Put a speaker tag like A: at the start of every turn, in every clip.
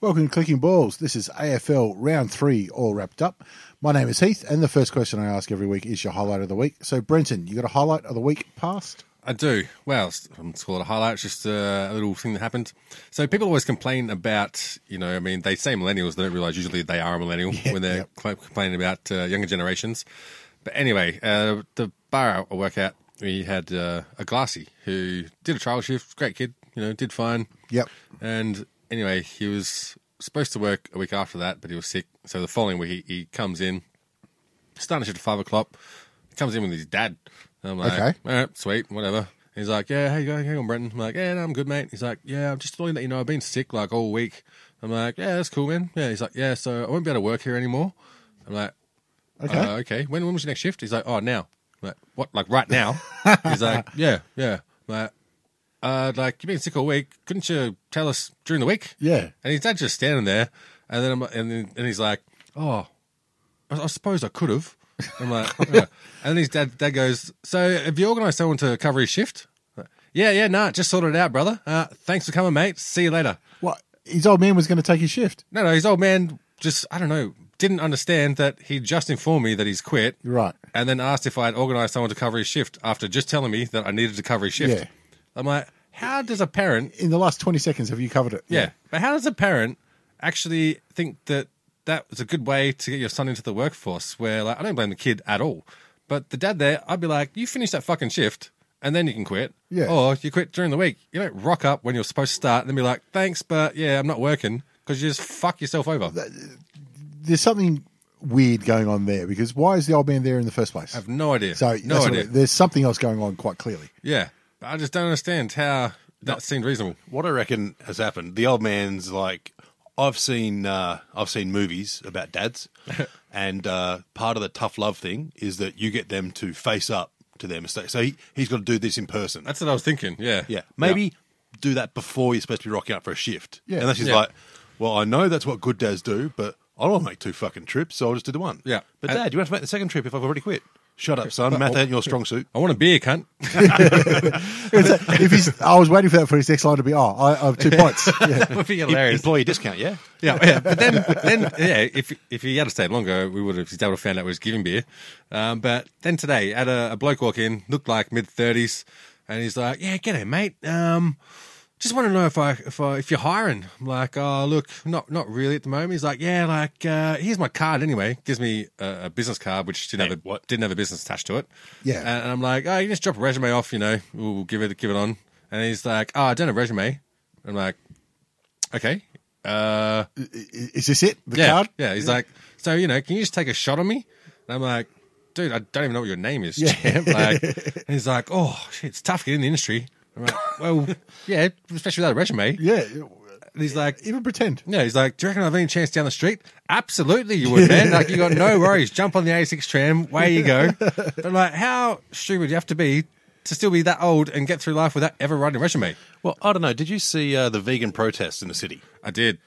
A: Welcome to Clicking Balls. This is AFL round three, all wrapped up. My name is Heath, and the first question I ask every week is your highlight of the week. So, Brenton, you got a highlight of the week past?
B: I do. Well, it's- I'm just call it a highlight. It's just uh, a little thing that happened. So people always complain about, you know, I mean, they say millennials, they don't realize usually they are a millennial when they're cl- complaining about uh, younger generations. But anyway, uh, the bar I work at, we had uh, a glassy who did a trial shift, great kid, you know, did fine.
A: Yep.
B: And anyway, he was supposed to work a week after that, but he was sick. So the following week, he, he comes in, starting shift at five o'clock, comes in with his dad. I'm like,
A: Okay.
B: all right, sweet, whatever. He's like, yeah, how you going? Hang on, Brenton. I'm like, yeah, no, I'm good, mate. He's like, yeah, I'm just letting you know I've been sick like all week. I'm like, yeah, that's cool, man. Yeah, he's like, yeah, so I won't be able to work here anymore. I'm like,
A: Okay.
B: uh, okay. When, when was your next shift? He's like, oh, now. I'm like, what? Like right now? He's like, yeah, yeah. I'm like, uh, like you've been sick all week. Couldn't you tell us during the week?
A: Yeah.
B: And his dad's just standing there, and then I'm, and then, and he's like, oh, I, I suppose I could have. I'm like, yeah. and then his dad dad goes, so have you organised someone to cover his shift? I'm like, Yeah, yeah, nah, just sorted it out, brother. Uh, thanks for coming, mate. See you later.
A: What? His old man was going to take his shift.
B: No, no, his old man just, I don't know, didn't understand that he just informed me that he's quit.
A: You're right.
B: And then asked if I had organised someone to cover his shift after just telling me that I needed to cover his shift.
A: Yeah.
B: I'm like, how does a parent,
A: In the last 20 seconds, have you covered it?
B: yeah, but how does a parent actually think that that was a good way to get your son into the workforce? Where, like, I don't blame the kid at all. But the dad there, I'd be like, you finish that fucking shift and then you can quit.
A: Yeah.
B: Or you quit during the week. You don't rock up when you're supposed to start and then be like, thanks, but yeah, I'm not working because you just fuck yourself over.
A: There's something weird going on there because why is the old man there in the first place?
B: I have no idea.
A: so,
B: no
A: that's what
B: idea.
A: it- there's something else going on quite clearly.
B: yeah, But I just don't understand how that seemed reasonable.
C: What I reckon has happened, the old man's like, I've seen uh, I've seen movies about dads, and uh, part of the tough love thing is that you get them to face up to their mistakes. So he, he's got to do this in person.
B: That's what I was thinking. Yeah,
C: yeah, maybe do that before you're supposed to be rocking up for a shift.
A: Yeah.
C: and that's just
B: Yeah.
C: like, well, I know that's what good dads do, but I don't want to make two fucking trips, so I'll just do the one.
B: Yeah.
C: but
B: And-
C: dad, you have to make the second trip if I've already quit. Shut up, son. Math ain't your strong suit.
B: I want a beer, cunt.
A: It's like, if he's, I was waiting for that for his next line to be, oh, I, I have two points. Yeah.
B: Would be
C: Employee discount, yeah.
B: yeah, yeah. But then, then, yeah. If if he had stayed longer, we would have. His dad would have found out we was giving beer. Um, but then today, had a, a bloke walk in, looked like mid thirties, and he's like, "Yeah, get it, mate. Um, just want to know if I if I, if you're hiring." I'm like, "Oh, look, not not really at the moment." He's like, "Yeah, like uh, here's my card anyway." Gives me a, a business card, which didn't have a
C: what?
B: didn't have a business attached to it.
A: Yeah.
B: and, and I'm like, "Oh, you can just drop a resume off, you know. We'll give it give it on." And he's like, "Oh, I don't have a resume." I'm like, "Okay." Uh,
A: Is this it? The
B: yeah,
A: card?
B: Yeah, he's like, so you know, can you just take a shot on me? And I'm like, dude, I don't even know what your name is. champ." Like, and he's like, oh, shit, it's tough getting in the industry. I'm like, well, yeah, especially without a resume.
A: Yeah.
B: And he's like,
A: Even pretend.
B: yeah, he's like, do you reckon I've any chance down the street? Absolutely, you would, man. Like, you got no worries. Jump on the A6 tram, way you go. But I'm like, how stupid do you have to be to still be that old and get through life without ever writing a resume?
C: Well, I don't know. Did you see uh, the vegan protests in the city?
B: I did.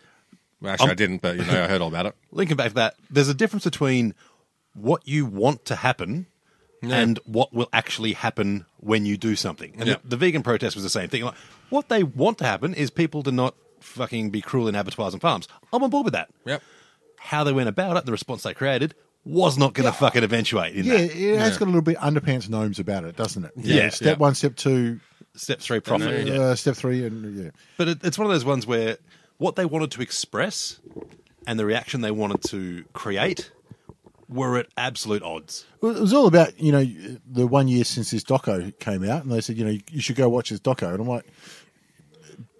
B: Well,
A: Um,
B: actually, I didn't, but you know, I heard all about it.
C: linking back to that, there's a difference between what you want to happen and what will actually happen when you do something. And
B: Yeah.
C: the, the vegan protest was the same thing. Like, what they want to happen is people to not fucking be cruel in abattoirs and farms. I'm on board with that.
B: Yep.
C: How they went about it, the response they created, was not going to fucking eventuate in
A: Yeah,
C: that.
A: it has got a little bit underpants gnomes about it, doesn't it?
C: Yeah.
A: Step
B: Yeah.
A: one, step two,
C: Step three profit. yeah.
A: uh, step three, and yeah.
C: But it, it's one of those ones where what they wanted to express and the reaction they wanted to create were at absolute odds.
A: Well, It was all about you know the one year since this doco came out, and they said you know you should go watch this doco, and I'm like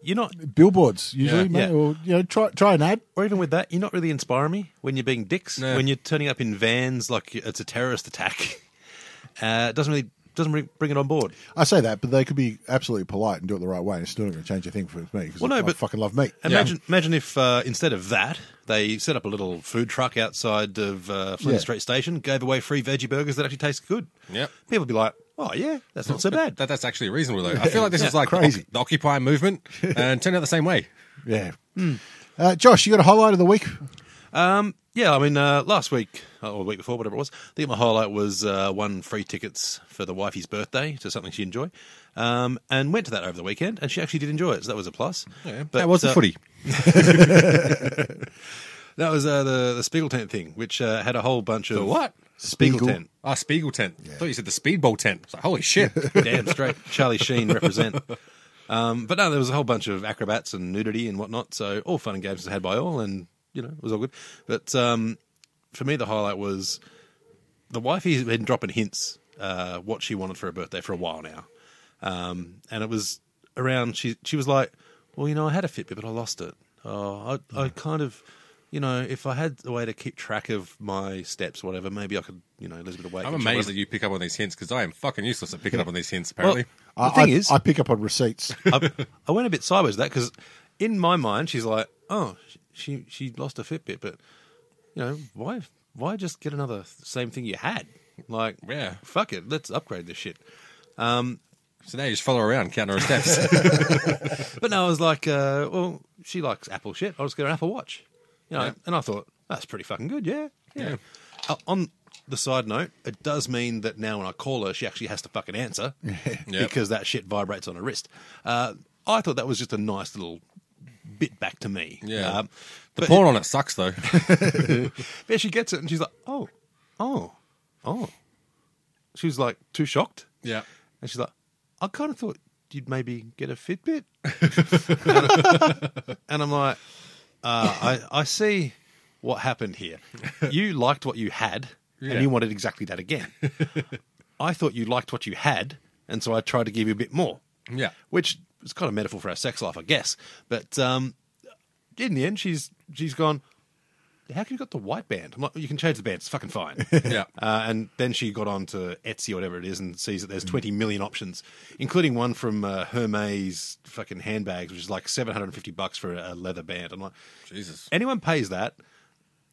C: You're not,
A: billboards usually,
C: Yeah,
A: mate,
C: yeah.
A: or you know try try an ad.
C: or even with that, you're not really inspiring me when you're being dicks.
B: No.
C: When you're turning up in vans like it's a terrorist attack, uh, it doesn't really doesn't really bring it on board.
A: I say that, but they could be absolutely polite and do it the right way, and it's still not going to change a thing for me because
C: Well, no,
A: I
C: but-
A: fucking love meat.
C: Imagine, imagine if uh, instead of that, they set up a little food truck outside of uh,
A: Yeah.
C: Flinders Street Station, gave away free veggie burgers that actually taste good.
B: Yep.
C: people would be like, "Oh yeah, that's not so bad."
B: That, that's actually reasonable, though. I feel like this is like
A: Crazy.
B: The, Oc- the Occupy movement and turned out the same way.
A: Yeah.
C: hmm.
A: Uh, Josh, you got a highlight of the week?
C: Um, yeah, I mean, uh, last week or the week before, whatever it was, I think my highlight was uh, won free tickets for the wifey's birthday to something she enjoy, um, and went to that over the weekend, and she actually did enjoy it, so that was a plus.
B: that was the
C: uh,
B: footy.
C: That was uh, the the Spiegel tent thing, which uh, had a whole bunch of
B: what?
C: Spiegel,
A: Spiegel.
C: tent.
B: Ah, Spiegel tent. I thought you said the speedball tent. It's like, holy shit.
C: Damn straight. Charlie Sheen represent. Um, but no, there was a whole bunch of acrobats and nudity and whatnot. So all fun and games was had by all, and you know it was all good. But um, for me, the highlight was the wifey had been dropping hints uh, what she wanted for her birthday for a while now, um, and it was around. She she was like, "Well, you know, I had a Fitbit, but I lost it. Oh, I
B: Hmm.
C: I kind of." You know, if I had a way to keep track of my steps, or whatever, maybe I could, you know, lose a bit of weight.
B: I'm
C: control,
B: amazed
C: whatever."
B: that you pick up on these hints because I am fucking useless at picking up on these hints, apparently.
C: Well, the
A: I,
C: thing
A: I-
C: is,
A: I pick up on receipts.
C: I, I went a bit sideways with that because in my mind she's like, oh, she she lost a Fitbit, but you know why why just get another same thing you had? Like,
B: Yeah.
C: fuck it, let's upgrade this shit.
B: so now you just follow her around, counting her steps.
C: But no, I was like, uh, well, she likes Apple shit. I'll just get her an Apple Watch, you know.
B: Yeah.
C: And I thought that's pretty fucking good, yeah, yeah.
B: Yeah.
C: Uh, on the side note, it does mean that now when I call her, she actually has to fucking answer because that shit vibrates on her wrist. Uh, I thought that was just a nice little bit back to me.
B: Yeah.
C: Um,
B: the
C: but-
B: porn on it sucks, though.
C: Yeah, she gets it, and she's like, "Oh, oh, oh." She was like too shocked,
B: yeah.
C: and she's like, "I kind of thought you'd maybe get a Fitbit," and I'm like, uh, "I I see what happened here. You liked what you had,
B: Yeah.
C: and you wanted exactly that again. I thought you liked what you had, and so I tried to give you a bit more."
B: Yeah.
C: which is kind of metaphor for our sex life, I guess. But um, in the end, she's she's gone. How can you got the white band? I'm like, you can change the band. It's fucking fine.
B: Yeah.
C: Uh, and then she got on to Etsy or whatever it is and sees that there's 20 million options, including one from uh, Hermes fucking handbags, which is like 750 bucks for a a leather band. I'm like,
B: Jesus.
C: anyone pays that,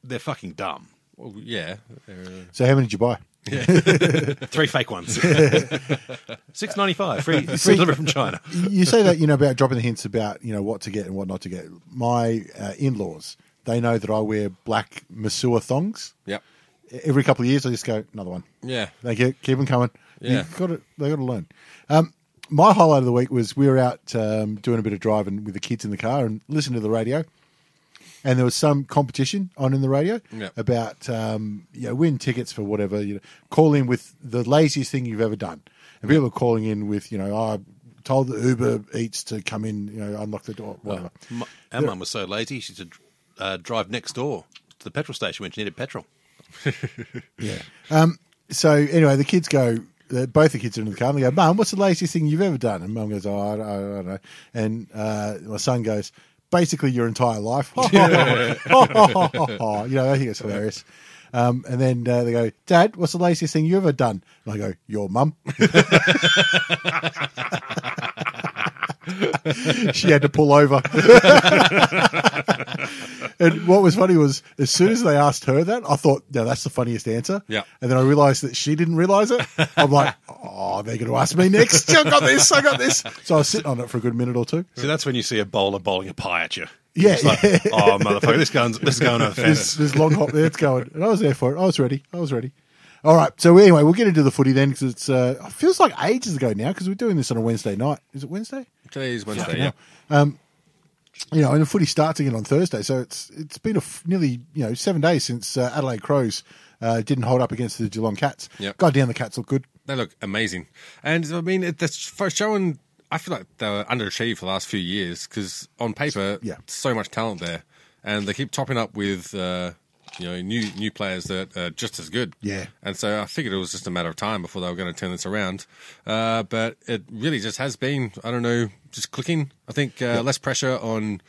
C: they're fucking dumb.
B: Well, yeah. Uh,
A: so how many did you buy?
C: Three fake ones. 6.95 free, free delivery from China.
A: you say that you know about dropping the hints about you know what to get and what not to get. My uh, in-laws, they know that I wear black masua thongs.
B: yep.
A: Every couple of years, I just go another one.
B: Yeah.
A: They get, keep them coming.
B: Yeah.
A: You've got to, they got to learn. Um, my highlight of the week was we were out um, doing a bit of driving with the kids in the car and listening to the radio. And there was some competition on in the radio
B: Yeah.
A: about um, you know win tickets for whatever you know call in with the laziest thing you've ever done. And people were calling in with you know "Oh, I told the Uber Eats to come in you know unlock the door whatever.
C: M- Our mum was so lazy, she used to uh, drive next door to the petrol station when she needed petrol.
A: Yeah. Um, so anyway, the kids go. the- Both the kids are in the car. and They go, "Mum, what's the laziest thing you've ever done?" And Mum goes, "Oh, I, I, I don't know." And uh, my son goes, "Basically, your entire life." you know, I think it's hilarious. Um, and then uh, they go, "Dad, what's the laziest thing you ever done?" And I go, "Your mum." she had to pull over. And what was funny was, as soon as they asked her that, I thought, "No, that's the funniest answer."
B: Yeah.
A: And then I realised that she didn't realise it. I'm like, "Oh, they're going to ask me next. I got this. I got this." So I was sitting on it for a good minute or two.
C: So that's when you see a bowler bowling a pie at you.
A: Yeah,
C: It's like,
A: yeah.
C: oh motherfucker, this gun's this is going on a
A: There's,
C: fence.
A: there's long hop there. It's going, and I was there for it. I was ready. I was ready. All right. So anyway, we'll get into the footy then because it's uh, it feels like ages ago now because we're doing this on a Wednesday night. Is it Wednesday?
B: Today is Wednesday. Yeah.
A: um, you know, and the footy starts again on Thursday. So it's it's been a f- nearly you know seven days since uh, Adelaide Crows uh, didn't hold up against the Geelong Cats.
B: Yep.
A: Goddamn, the Cats look good.
B: They look amazing. And I mean, it- that's for showing. I feel like they were underachieved for the last few years because on paper,
A: Yeah.
B: so much talent there. and they keep topping up with uh, you know new new players that are just as good.
A: Yeah.
B: And so I figured it was just a matter of time before they were going to turn this around. Uh, but it really just has been, I don't know, just clicking. I think uh, less pressure on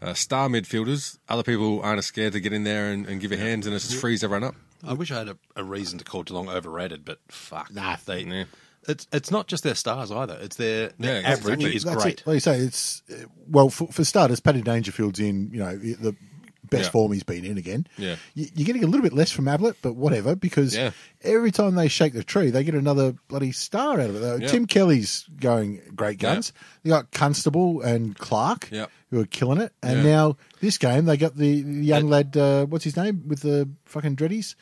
B: uh, star midfielders. Other people aren't as scared to get in there and, and give a hand, and it just frees everyone up.
C: I wish I had a, a reason to call Geelong overrated, but fuck.
A: Nah.
C: They,
B: Yeah.
C: It's it's not just their stars either. It's their, their
B: Yeah,
C: average
B: exactly.
C: is
A: That's
C: great.
A: It. Like you say, it's uh, well for, for starters. Paddy Dangerfield's in, you know, the best
B: Yeah.
A: form he's been in again.
B: Yeah.
A: Y- you're getting a little bit less from Ablett, but whatever, because
B: Yeah.
A: every time they shake the tree, they get another bloody star out of it. Though
B: Yeah.
A: Tim Kelly's going great guns. They got Constable and Clark,
B: Yeah.
A: who are killing it, and
B: Yeah.
A: now this game they got the, the young lad, uh, what's his name, with the fucking dreadies,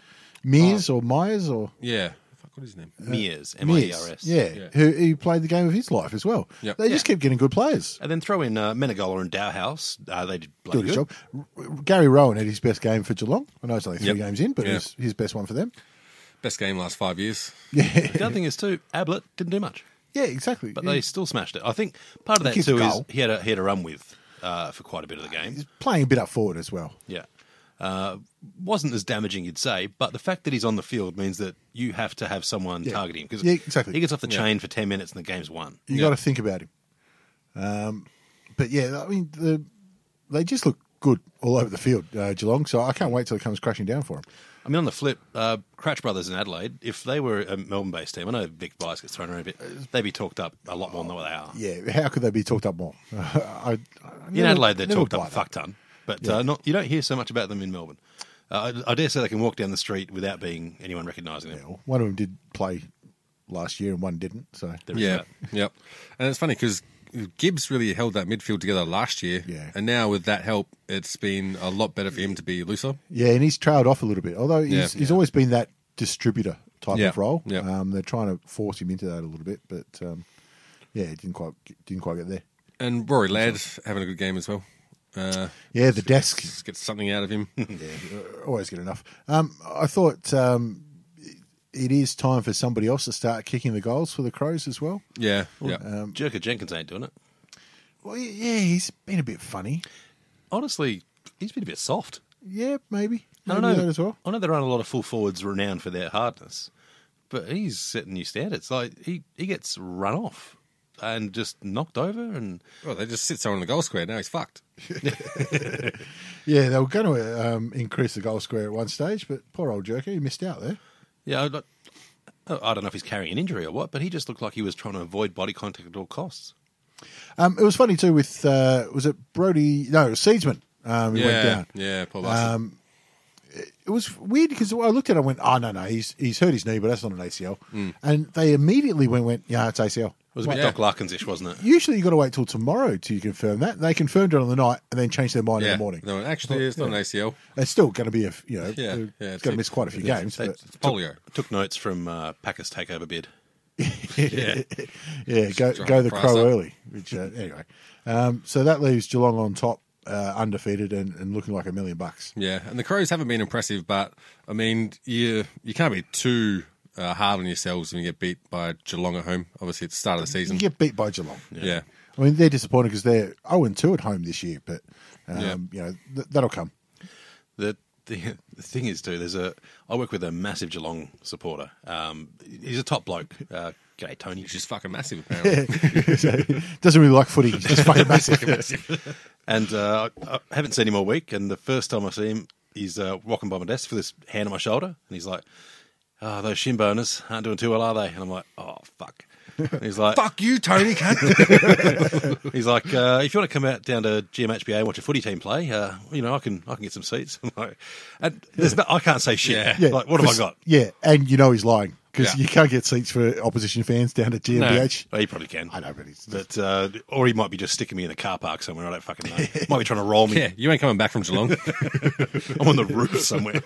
A: Mears
B: Oh.
A: or Myers or
B: Yeah. Fuck, what is his name?
A: Uh.
C: Mears, M I E
A: Mears,
C: R S.
A: yeah,
B: Yeah.
A: who he played the game of his life as well.
B: Yep.
A: They just keep getting good players.
C: And then throw in uh, Menegola and Dowhouse. Uh, they did bloody
A: Doing his
C: good.
A: job. R- R- Gary Rowan had his best game for Geelong. I know it's only three
B: Yep.
A: games in, but
B: Yeah.
A: it was his best one for them.
B: Best game last five years.
A: Yeah,
C: The other thing is too, Ablett didn't do much,
A: yeah, exactly.
C: but
A: Yeah.
C: they still smashed it. I think part of that
A: Kicked
C: too is
A: goal.
C: he had a he had a run with uh, for quite a bit of the game.
A: he's playing a bit up forward as well.
C: Yeah. Uh, wasn't as damaging, you'd say, but the fact that he's on the field means that you have to have someone targeting him because
A: Yeah, exactly.
C: he gets off the chain for ten minutes and the game's won.
A: You got to think about him. Um, but yeah, I mean, the, they just look good all over the field, uh, Geelong. So I can't wait till it comes crashing down for them.
C: I mean, on the flip, uh, Cratch Brothers in Adelaide, if they were a Melbourne-based team, I know Vic Vice gets thrown around a bit, they'd be talked up a lot more than what they are.
A: Yeah, how could they be talked up more? I, I
C: in
A: never-
C: Adelaide, they're
A: never
C: talked up
A: buy
C: a
A: that.
C: fuck ton, but uh, not you don't hear so much about them in Melbourne. Uh, I, I dare say they can walk down the street without being anyone recognising them.
A: One of them did play last year, and one didn't. So
C: There is
B: Yeah,
C: that.
B: yep. And it's funny because Gibbs really held that midfield together last year.
A: Yeah.
B: And now with that help, it's been a lot better for him to be looser.
A: Yeah, and he's trailed off a little bit. Although he's,
B: Yeah.
A: he's always been that distributor type
B: Yeah.
A: of role.
B: Yeah.
A: Um, they're trying to force him into that a little bit, but um, yeah, it didn't quite didn't quite get there.
B: And Rory Ladd having a good game as well. Uh,
A: Yeah, the desk
B: just get something out of him.
A: always good enough. Um, I thought um, it is time for somebody else to start kicking the goals for the Crows as well. um,
B: yeah, yeah.
C: Jerker Jenkins ain't doing it.
A: Well, yeah, he's been a bit funny.
C: Honestly, he's been a bit soft.
A: Yeah, maybe.
C: I
A: maybe
C: don't know.
A: that as well.
C: I know there aren't a lot of full forwards renowned for their hardness, but he's setting new standards. Like he, he gets run off and just knocked over, and
B: Well, they just sit someone in the goal square. Now he's fucked.
A: Yeah, they were going to um, increase the goal square at one stage, but poor old Jerker, he missed out there.
C: yeah, I, don't- I don't know if he's carrying an injury or what, but he just looked like he was trying to avoid body contact at all costs.
A: Um, it was funny too with uh, was it Brody? No, it was Seedsman. Um, he
B: Yeah,
A: went down. Um,
B: yeah, poor bastard.
A: It was weird because I looked at it and went, "Oh no, no, he's he's hurt his knee, but that's not an ACL." And they immediately went, "Went, yeah, it's ACL."
C: It was a bit
B: Yeah.
C: Doc Larkins-ish, wasn't it?
A: Usually, you got to wait till tomorrow to confirm that. They confirmed it on the night and then changed their mind
B: yeah.
A: in the morning.
B: No, actually, it's not an ACL.
A: It's still going to be a f- you know,
B: Yeah,
A: it's
B: yeah,
A: going to
B: it-
A: miss quite a few games.
C: They
A: But,
B: Polio.
C: took notes from uh, Packers takeover bid.
B: Yeah.
A: yeah, go
B: drive
A: go
B: the
A: the
B: price
A: crow
B: up.
A: early. Which uh, anyway, um, so that leaves Geelong on top, uh, undefeated and, and looking like a million bucks.
B: Yeah, and the Crows haven't been impressive, but I mean, you you can't be too uh, hard on yourselves when you get beat by Geelong at home. Obviously, it's the start of the season.
A: You get beat by Geelong.
B: yeah.
A: I mean, they're disappointed because they're 0 and 2 at home this year, but um,
B: Yeah.
A: you know th- that'll come.
C: The, the the thing is, too, there's a I work with a massive Geelong supporter. Um, he's a top bloke. Uh, g'day, Tony.
B: Which is fucking massive, apparently.
A: so, doesn't really like footy. He's just fucking massive.
C: And uh, I I haven't seen him all week. And the first time I see him, he's uh, walking by my desk with his hand on my shoulder. And he's like, Oh, those shin boners aren't doing too well, are they? And I'm like, Oh, fuck. And he's like,
B: Fuck you, Tony. cunt.
C: He's like, uh, if you want to come out down to GMHBA and watch a footy team play, uh, you know, I can, I can get some seats. I'm like, and there's no, I can't say shit.
B: Yeah.
C: Like, what have I
A: Chris-
C: got?
A: Yeah, and you know he's lying because
B: Yeah.
A: you can't get seats for opposition fans down at GmbH.
C: Well, he probably can.
A: I know, but he's
C: But uh, or he might be just sticking me in the car park somewhere. I don't fucking know. might be trying to roll me.
B: yeah, you ain't coming back from Geelong.
C: I'm on the roof somewhere.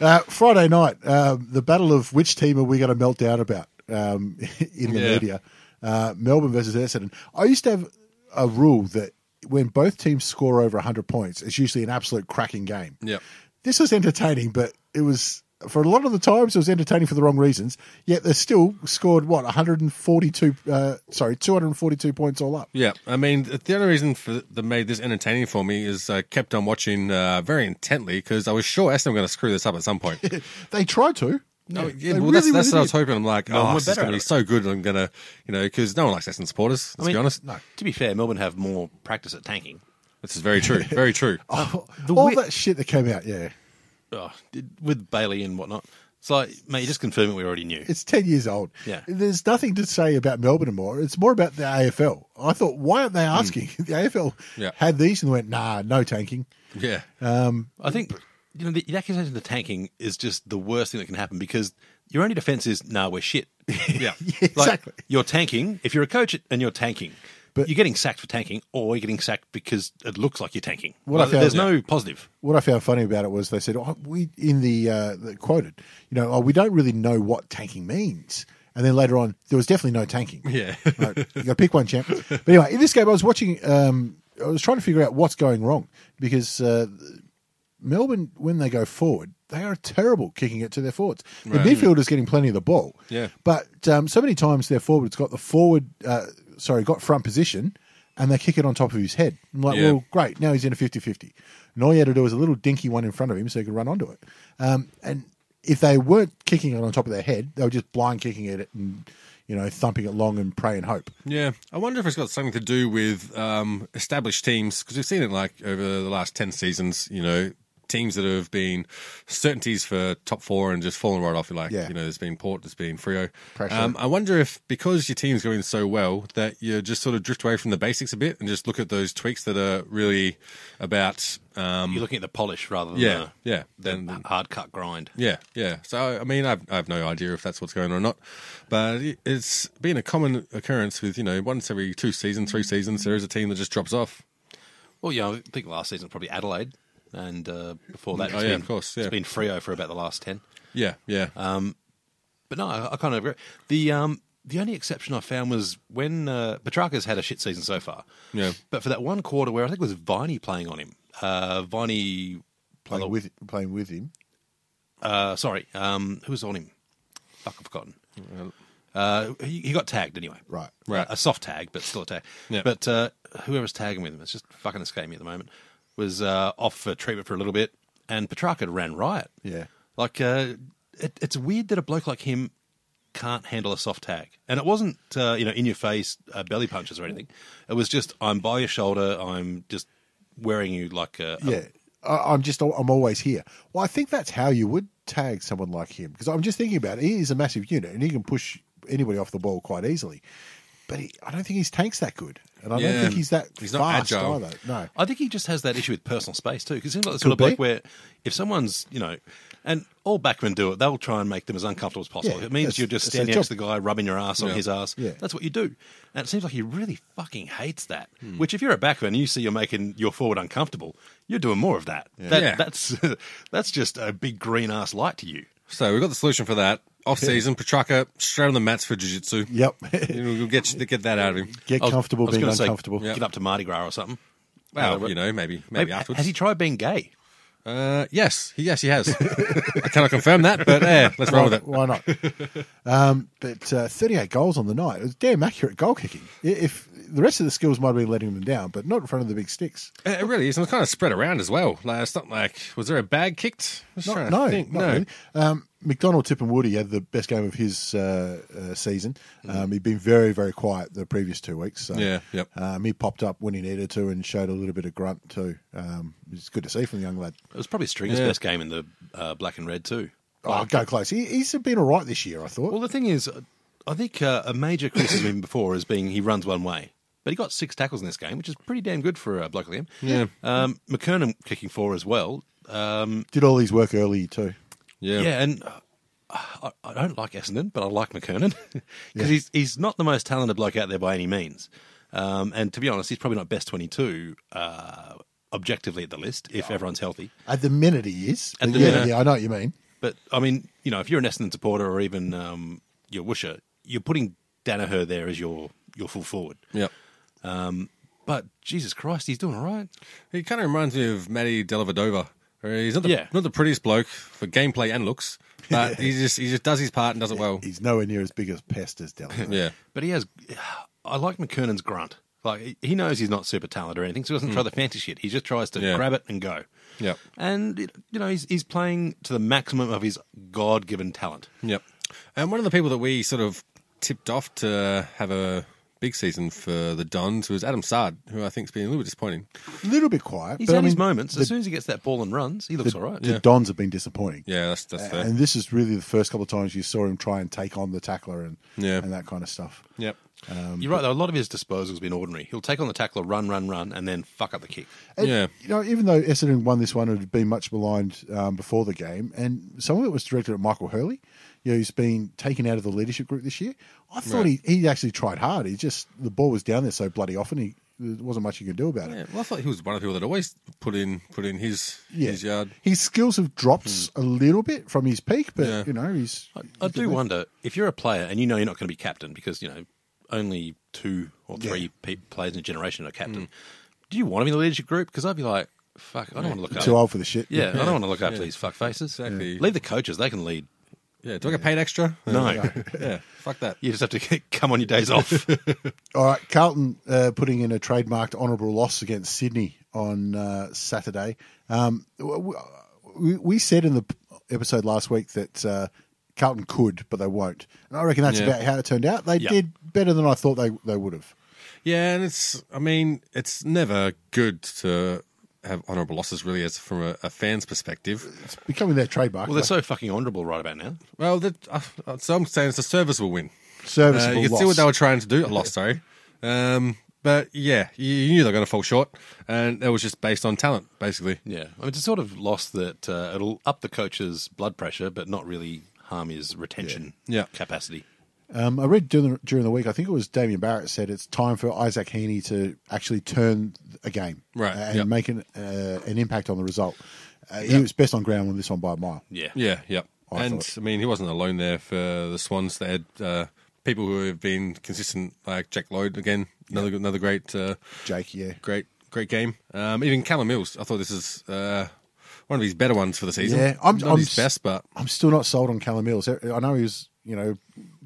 A: Uh, Friday night, um, the battle of which team are we going to melt down about um, in the
B: Yeah.
A: media? Uh, Melbourne versus Essendon. I used to have a rule that when both teams score over 100 points, it's usually an absolute cracking game.
B: Yep.
A: This was entertaining, but it was for a lot of the times it was entertaining for the wrong reasons. Yet they still scored what 142, uh, sorry, 242 points all up.
B: Yeah, I mean, the only reason for, that made this entertaining for me is I kept on watching uh, very intently because I was sure Essendon were going to screw this up at some point.
A: They tried to.
B: No, yeah,
A: They
B: well, that's,
A: really,
B: that's
A: really
B: what I was hoping. I'm like,
C: one
B: oh,
C: were
B: this is
C: better
B: going to be
C: at it.
B: so good. I'm going to, you know, because no one likes Essendon supporters, let's be honest.
C: no. To be fair, Melbourne have more practice at tanking.
B: This is very true. Very true.
A: all
C: wi-
A: that shit that came out, yeah,
C: Oh, did- with Bailey and whatnot. It's like, mate, you just confirming we already knew.
A: it's ten years old.
C: Yeah.
A: there's nothing to say about Melbourne anymore. It's more about the AFL. I thought, why aren't they asking? The AFL
B: Hmm. Yeah.
A: had these and went, nah, no tanking.
B: yeah.
A: Uh,
C: I think you know the, the accusation of the tanking is just the worst thing that can happen because your only defense is nah, we're shit.
B: Yeah.
A: exactly.
C: You're tanking. If you're a coach and you're tanking,
A: But-
C: but you're getting sacked for tanking, or you're getting sacked because it looks like you're tanking.
A: What I
C: Like,
A: found-
C: there's no positive.
A: what I found funny about it was they said, oh, we in the, uh, the quoted, you know, oh, we don't really know what tanking means. And then later on, there was definitely no tanking.
B: Yeah.
A: Like, you got to pick one, champ. But anyway, in this game, I was watching. Um, I was trying to figure out what's going wrong because uh, Melbourne, when they go forward, they are terrible kicking it to their forwards. The
B: Right.
A: midfielder's getting plenty of the ball.
B: Yeah.
A: But um, so many times their forward's got the forward, uh, sorry, got front position and they kick it on top of his head. I'm like,
B: Yeah.
A: Oh, well, great. Now he's in a 50 50. And all he had to do was a little dinky one in front of him so he could run onto it. Um, and if they weren't kicking it on top of their head, they were just blind kicking it and, you know, thumping it long and pray and hope.
B: Yeah, I wonder if it's got something to do with um, established teams because we've seen it like over the last ten seasons. You know, teams that have been certainties for top four and just fallen right off. Like
A: Yeah.
B: you know, there's been Port, there's been Frio.
A: Pressure.
B: Um, I wonder if because your team's going so well that you just sort of drift away from the basics a bit and just look at those tweaks that are really about. Um,
C: You're looking at the polish rather than
B: yeah,
C: the,
B: yeah.
C: the
B: Then
C: hard cut grind.
B: yeah, yeah. So I mean, I've I've no idea if that's what's going on or not, but it- it's been a common occurrence with you know once every two seasons, three seasons, there is a team that just drops off.
C: Well, yeah, I think last season probably Adelaide, and uh, before that,
B: Oh,
C: it's
B: yeah,
C: been,
B: of course, yeah.
C: it's been Frio for about the last ten.
B: Yeah, yeah,
C: But no, I, I kind of agree. The um, the only exception I found was when uh, Petrarca's had a shit season so far.
B: Yeah.
C: But for that one quarter where I think it was Viney playing on him, uh, Viney,
A: Playing with, playing with him.
C: uh, sorry, um, who was on him? Fuck, I've forgotten. Uh, he, he got tagged anyway.
A: Right.
B: right.
C: A soft tag, but still a tag.
B: Yeah.
C: But uh, whoever's tagging with him, it's just fucking escaping me at the moment, was uh, off for treatment for a little bit, and Petrarca ran riot.
A: Yeah.
C: Like, uh, it, it's weird that a bloke like him can't handle a soft tag. And it wasn't, uh, you know, in your face uh, belly punches or anything. It was just, I'm by your shoulder, I'm just wearing you like a. a-
A: Yeah. I, I'm just, I'm always here. Well, I think that's how you would tag someone like him because I'm just thinking about it. He is a massive unit and he can push anybody off the ball quite easily. But he, I don't think his tank's that good. And I
B: Yeah.
A: don't think he's that
B: He's not
A: fast
B: agile.
A: either. No.
C: I think he just has that issue with personal space too, because he's like the sort of
A: Could be.
C: bloke where if someone's, you know, and all backmen do it, they'll try and make them as uncomfortable as possible.
A: Yeah,
C: it means
A: that's-
C: you're just
A: that's their
C: standing next to
A: job.
C: the guy, rubbing your ass on
B: Yeah.
C: his ass.
A: Yeah.
C: That's what you do. And it seems like he really fucking hates that.
A: Hmm.
C: Which, if you're a backman and you see you're making your forward uncomfortable, you're doing more of that. that
B: Yeah.
C: That's that's just a big green ass light to you.
B: So we've got the solution for that. Off season, Petraka straight on the mats for jiu-jitsu.
A: Yep.
B: You know, we'll get get that out of him.
A: Get
C: I was-
A: comfortable
C: I was
A: being
C: gonna say,
A: uncomfortable.
B: Yeah.
C: Get up to Mardi Gras or something.
B: Well, you know, maybe maybe, afterwards.
C: Has he tried being gay?
B: uh, yes, he, yes, he has. I cannot confirm that, but eh, let's roll with
A: Why,
B: it.
A: why not? um, but uh, 38 goals on the night. It was damn accurate goal kicking. I- If the rest of the skills might have been letting them down, but not in front of the big sticks.
B: It really is, and it's kind of spread around as well. Like it's not like was there a bag kicked? I was
A: Not-
B: trying to
A: no,
B: think.
A: not
B: no,
A: really. Um, McDonald, Tip, and Woody had the best game of his uh, uh, season. Um, he'd been very, very quiet the previous two weeks. So,
B: Mm. Yeah, yep.
A: Um, he popped up when he needed to and showed a little bit of grunt too. Um, it's good to see from the young lad.
C: It was probably Stringer's
B: Yeah.
C: best game in the uh, black and red too.
A: Oh, go close. He, he's been all right this year, I thought.
C: Well, the thing is, I think uh, a major criticism of him before is being he runs one way. But he got six tackles in this game, which is pretty damn good for a bloke like him.
B: Yeah.
C: Um, McKernan kicking four as well. Um,
A: Did all his work early too.
B: yeah,
C: yeah. and uh, I, I don't like Essendon, but I like McKernan because he's he's not the most talented bloke out there by any means. Um, and to be honest, he's probably not best twenty-two uh, objectively at the list if everyone's healthy.
A: At the minute, he is.
C: At the
A: yeah,
C: minute.
A: yeah, I know what you mean.
C: But I mean, you know, if you're an Essendon supporter or even um, your Woosher, you're putting Danaher there as your your full forward.
B: Yep.
C: Um, but Jesus Christ, he's doing all right.
B: He kind of reminds me of Matty Dellavedova He's not the
C: Yeah.
B: not the prettiest bloke for gameplay and looks, but he just he just does his part and does it well.
A: He's nowhere near as big as Pest as Delta.
B: Yeah,
C: But he has. I like McKernan's grunt. Like he- he knows he's not super talented or anything, so he doesn't try
A: Mm.
C: the fancy shit. He just tries to
B: Yeah.
C: grab it and go.
B: Yep.
C: And it- you know he's he's playing to the maximum of his God given talent.
B: yep. And one of the people that we sort of tipped off to have a big season for the Dons was Adam Sard, who I think's been a little bit disappointing.
A: A little bit quiet.
C: He's
A: but
C: had
A: I mean,
C: his moments.
A: The,
C: as soon as he gets that ball and runs, he looks all right.
A: the Dons have been disappointing.
B: Yeah, that's that's fair.
A: And this is really the first couple of times you saw him try and take on the tackler and
B: Yeah.
A: and that kind of stuff.
B: Yep.
C: You're right. Though a lot of his disposals have been ordinary. He'll take on the tackler, run, run, run, and then fuck up the kick.
A: And,
B: Yeah.
A: You know, even though Essendon won this one, it had been much maligned um, before the game, and some of it was directed at Michael Hurley, you know, who's been taken out of the leadership group this year. I thought
B: Right.
A: he, he actually tried hard. He just, the ball was down there so bloody often, he, there wasn't much you could do about it.
B: Yeah, well, I thought he was one of the people that always put in put in his his yard. Hmm.
A: His skills have dropped a little bit from his peak, but,
B: Yeah.
A: you know, he's.
C: I, I do wonder if you're a player and you know you're not going to be captain because you know only two or three pe- players in a generation are captain. Do you want to be in the leadership group? Because I'd be like, fuck, I don't want to look up.
A: Too old for the shit.
C: Yeah, I don't want to look after these fuck faces.
B: Exactly.
C: Leave the coaches; they can lead.
B: Yeah, do I get paid extra?
C: No,
B: yeah, fuck that.
C: you just have to come on your days off.
A: All right, Carlton uh, putting in a trademarked honourable loss against Sydney on uh, Saturday. Um, w- w- we, we said in the p- episode last week that uh, Carlton could, but they won't. And I reckon that's
B: Yeah.
A: about how it turned out. They
C: Yeah.
A: did better than I thought they, they would have.
B: Yeah, and it's I mean it's never good to have honourable losses really as from a, a fan's perspective.
A: It's becoming their trademark.
C: well, they're so fucking honourable right about now.
B: Well, that, uh, so I'm saying it's a serviceable win. Uh,
A: serviceable
B: you can
A: loss.
B: see what they were trying to do. A loss, sorry. Um, but yeah, you, you knew they were going to fall short, and that was just based on talent, basically.
C: Yeah, I mean, it's a sort of loss that uh, it'll up the coach's blood pressure, but not really harm his retention
B: Yeah. Yeah.
C: capacity.
A: Um, I read during the, during the week, I think it was Damien Barrett said it's time for Isaac Heaney to actually turn a game
B: Right,
A: and
B: yep.
A: make an, uh, an impact on the result. Uh, He was best on ground on this one by a mile.
C: Yeah,
B: Yeah, yep.
A: Oh, I
B: and
A: thought-
B: I mean, he wasn't alone there for the Swans. They had uh, people who have been consistent, like Jack Lloyd again, another another great, uh,
A: Jake, yeah.
B: great, great game. Um, even Callum Mills, I thought this is uh, one of his better ones for the season.
A: Yeah, I'm-
B: not
A: I'm
B: his
A: s-
B: best, but
A: I'm still not sold on Callum Mills. Uh, I know he was, you know,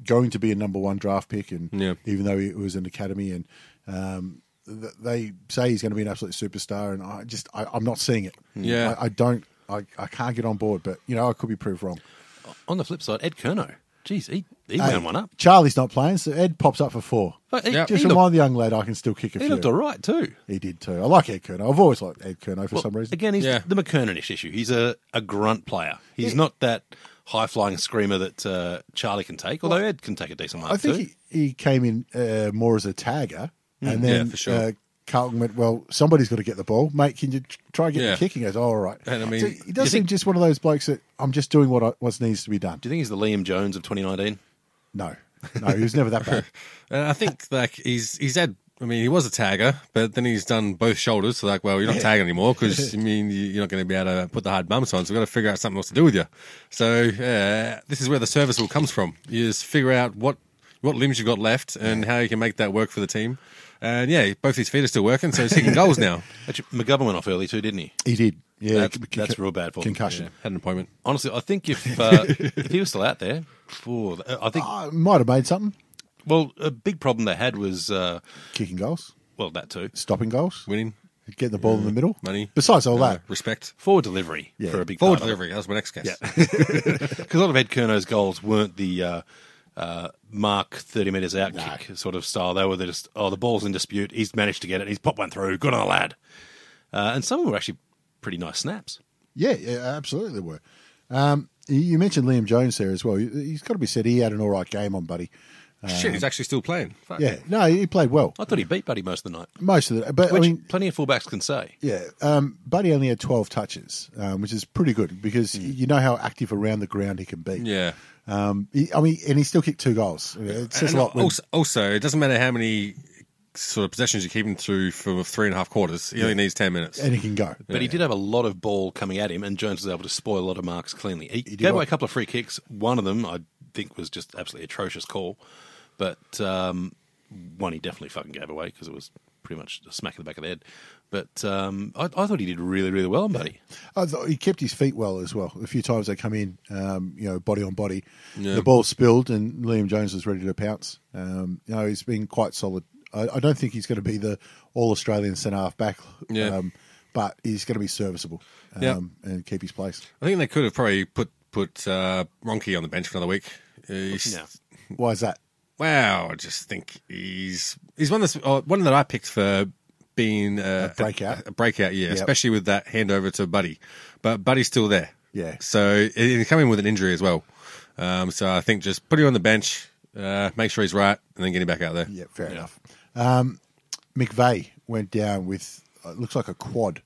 A: going to be a number one draft pick, and
B: Yeah.
A: even though he was an academy, and um, th- they say he's going to be an absolute superstar, and I just I, I'm not seeing it.
B: Yeah.
A: I, I don't. I, I can't get on board, but you know I could be proved wrong.
C: On the flip side, Ed Kerno, geez, he he wound one up.
A: Charlie's not playing, so Ed pops up for four.
C: But he,
B: Yeah.
A: Just
C: he
A: remind
C: looked,
A: the young lad I can still kick a
C: he
A: few.
C: looked all right too.
A: He did too. I like Ed Kerno. I've always liked Ed Kerno for
C: Well,
A: some reason.
C: Again, he's
B: Yeah.
C: the McKernanish issue. He's a, a grunt player. He's not that high flying screamer that uh, Charlie can take, although Ed can take a decent one.
A: I think he, he came in uh, more as a tagger,
C: Mm.
A: and then
B: yeah, for sure.
A: uh, Carlton went, "Well, somebody's got to get the ball, mate. Can you tr- try and get
B: Yeah.
A: the kicking?" He goes, "Oh, "All right."
B: And I mean,
A: So he does
C: you
A: seem
C: think-
A: just one of those blokes that I'm just doing what I, what needs to be done.
C: Do you think he's the Liam Jones of 2019?
A: No, no, he was never that bad.
B: And I think like he's he's had. I mean, he was a tagger, but then he's done both shoulders. So like, well, you're not tagging anymore because I mean you- you're not going to be able to put the hard bumps on. So we've got to figure out something else to do with you. So uh, this is where the service all comes from. You just figure out what what limbs you've got left and how you can make that work for the team. And yeah, both his feet are still working, so he's kicking goals now.
C: Actually, McGovern went off early too, didn't he?
A: He did. Yeah,
C: That's- that's real bad for him.
A: concussion.
B: Yeah, had an appointment.
C: Honestly, I think if uh, if he was still out there, phew, uh, I think.
A: I Uh, might have made something.
C: Well, a big problem they had was uh,
A: Kicking goals,
C: well that too
A: stopping goals,
B: Winning
A: getting the ball in the middle.
B: money.
A: Besides all
B: uh,
A: that,
B: respect.
C: forward delivery
A: Yeah.
C: for a big
B: Forward
C: part of it.
B: delivery. That was my next guess.
C: Because a lot of Ed Kerno's goals weren't the uh, uh, mark 30 metres out kick sort of style. They were the just, oh, the ball's in dispute. He's managed to get it. He's popped one through. Good on the lad. Uh, and some of them were actually pretty nice snaps.
A: Yeah, yeah, absolutely were. Um, you- you mentioned Liam Jones there as well. He- He's got to be said he had an all right game on Buddy.
B: Shit, he's actually still playing. Fuck.
A: Yeah, no, he played well
C: I thought he beat Buddy most of the night,
A: most of the. But
C: which
A: I mean,
C: plenty of fullbacks can say.
A: yeah, um, Buddy only had twelve touches, um, which is pretty good because you know how active around the ground he can be.
B: Hmm. Yeah.
A: Um, he, I mean, and he still kicked two goals. It says a
B: And
A: lot. When,
B: also, also, it doesn't matter how many sort of possessions you keep him through for three and a half quarters. He only needs ten minutes.
A: and he can go.
C: But he did have a lot of ball coming at him, and Jones was able to spoil a lot of marks cleanly. He,
A: did
C: gave away
A: well.
C: a couple of free kicks. One of them, I think, was just absolutely atrocious call, but um, one he definitely fucking gave away because it was pretty much a smack in the back of the head. But um, I, I thought he did really, really well, buddy.
A: I thought Oh, he kept his feet well as well. A few times they come in, um, you know, body on body. The ball spilled, and Liam Jones was ready to pounce. Um, you know, he's been quite solid. I, I don't think he's going to be the all Australian centre half back,
B: Yeah.
A: um, but he's going to be serviceable um,
B: Yeah.
A: and keep his place.
B: I think they could have probably put put uh, Ronke on the bench for another week. He's-
C: No.
A: Why is that?
B: Wow, I just think he's he's one that's uh, one that I picked for being uh,
A: A breakout.
B: a, breakout, yeah,
A: Yep.
B: especially with that handover to Buddy, but Buddy's still there.
A: Yeah.
B: so and he's coming with an injury as well. Um, so I think just put him on the bench, uh, make sure he's right, and then get him back out there.
A: Yeah, fair enough. Um, McVeigh went down with uh, looks like a quad,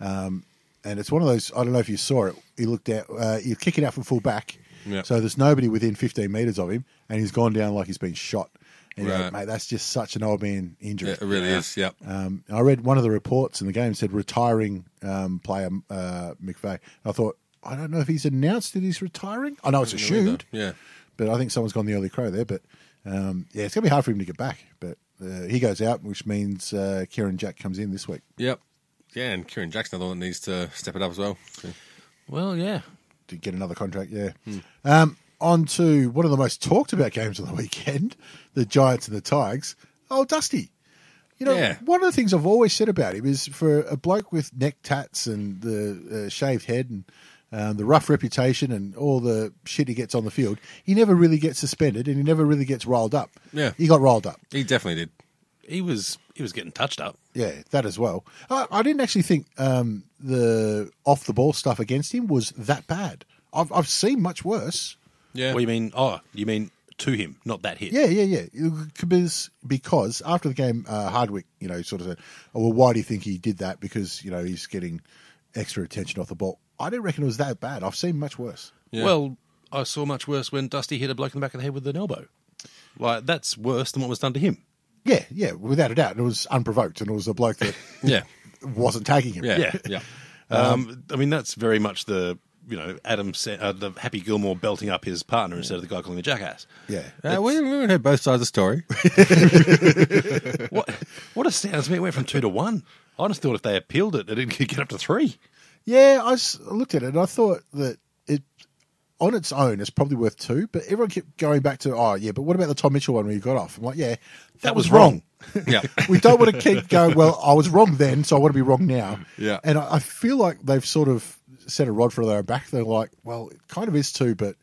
A: um, and it's one of those. I don't know if you saw it. He looked out. Uh, you kick it out from full back,
B: Yeah.
A: so there's nobody within 15 meters of him, and he's gone down like he's been shot. And you're like,
B: Right.
A: mate, that's just such an old man injury.
B: Yeah, it really is. Yep.
A: Um, I read one of the reports in the game said retiring um, player uh, McVeigh. I thought I don't know if he's announced that he's retiring. I know it's assumed,
B: Yeah.
A: but I think someone's gone the early crow there. But um, yeah, it's going to be hard for him to get back. But uh, he goes out, which means uh, Kieran Jack comes in this week.
B: Yep. Yeah, and Kieran Jackson, another one that needs to step it up as well. So-
C: Well, yeah.
A: to get another contract. Yeah.
B: Hmm.
A: Um, on to one of the most talked about games of the weekend, the Giants and the Tigers. Oh, Dusty. You know,
B: Yeah.
A: one of the things I've always said about him is for a bloke with neck tats and the uh, shaved head and um, the rough reputation and all the shit he gets on the field, he never really gets suspended and he never really gets rolled up.
B: Yeah.
A: He got rolled up.
B: He definitely did.
C: He was he was getting touched up.
A: Yeah, that as well. I, I didn't actually think um, the off the ball stuff against him was that bad. I've, I've seen much worse.
B: Yeah.
C: What do you mean? Oh, you mean to him, not that hit.
A: Yeah, yeah, yeah. Because, because after the game, uh, Hardwick, you know, sort of said, "Oh well, why do you think he did that? Because you know he's getting extra attention off the ball." I don't reckon it was that bad. I've seen much worse.
B: Yeah.
C: Well, I saw much worse when Dusty hit a bloke in the back of the head with an elbow. Like that's worse than what was done to him.
A: Yeah, yeah, without a doubt, it was unprovoked, and it was a bloke that
B: yeah.
A: wasn't tagging him.
B: Yeah. Yeah.
C: Yeah. Um, I mean, that's very much the you know Adam Sa- uh, the Happy Gilmore belting up his partner instead of the guy calling the jackass.
A: yeah.
B: Uh, we, we heard both sides of the story.
C: What what astounds me? It went from two to one. I just thought if they appealed it, it could get up to three.
A: Yeah, I s- I looked at it and I thought that it on its own it's probably worth two, but everyone kept going back to oh yeah, but what about the Tom Mitchell one where you got off? I'm like, yeah, that, was,
C: was
A: wrong.
B: yeah.
A: we don't want to keep going. Well, I was wrong then, so I want to be wrong now.
B: Yeah.
A: and I, I feel like they've sort of set a rod for their own back. They're like, well, it kind of is two, but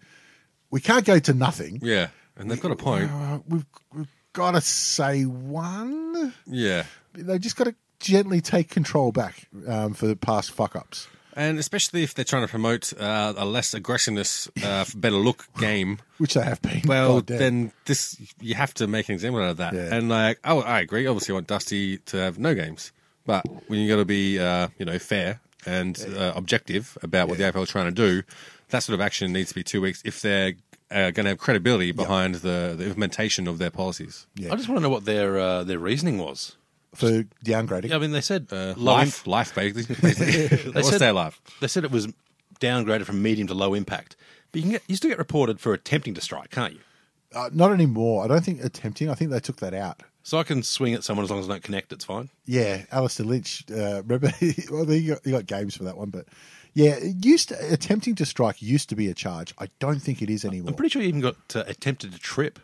A: we can't go to nothing.
B: Yeah. And they've got a point.
A: Uh, we've we've got to say one.
B: Yeah.
A: They just got to gently take control back um, for the past fuck ups.
B: And especially if they're trying to promote uh, a less aggressiveness, uh, for better look game.
A: Which they have been.
B: Well,
A: God damn.
B: then this you have to make an example out of that.
A: Yeah.
B: And like, oh, I agree. Obviously, I want Dusty to have no games, but when you got to be, uh, you know, fair and uh, objective about what the AFL is trying to do, that sort of action needs to be two weeks if they're uh, going to have credibility behind the, the implementation of their policies.
A: Yeah.
C: I just want to know what their uh, their reasoning was.
A: for downgrading.
C: I mean, they said
B: Uh,
C: low imp-
B: life, life, basically. basically. or
C: said-
B: stay alive.
C: They said it was downgraded from medium to low impact, but you can get you still get reported for attempting to strike, can't you?
A: Uh, not anymore. I don't think attempting. I think they took that out.
C: So I can swing at someone as long as I don't connect. It's fine.
A: Yeah, Alistair Lynch. Uh, remember, well, he got, he got games for that one, but yeah, it used to, attempting to strike used to be a charge. I don't think it is anymore.
C: I'm pretty sure you even got uh, attempted to trip.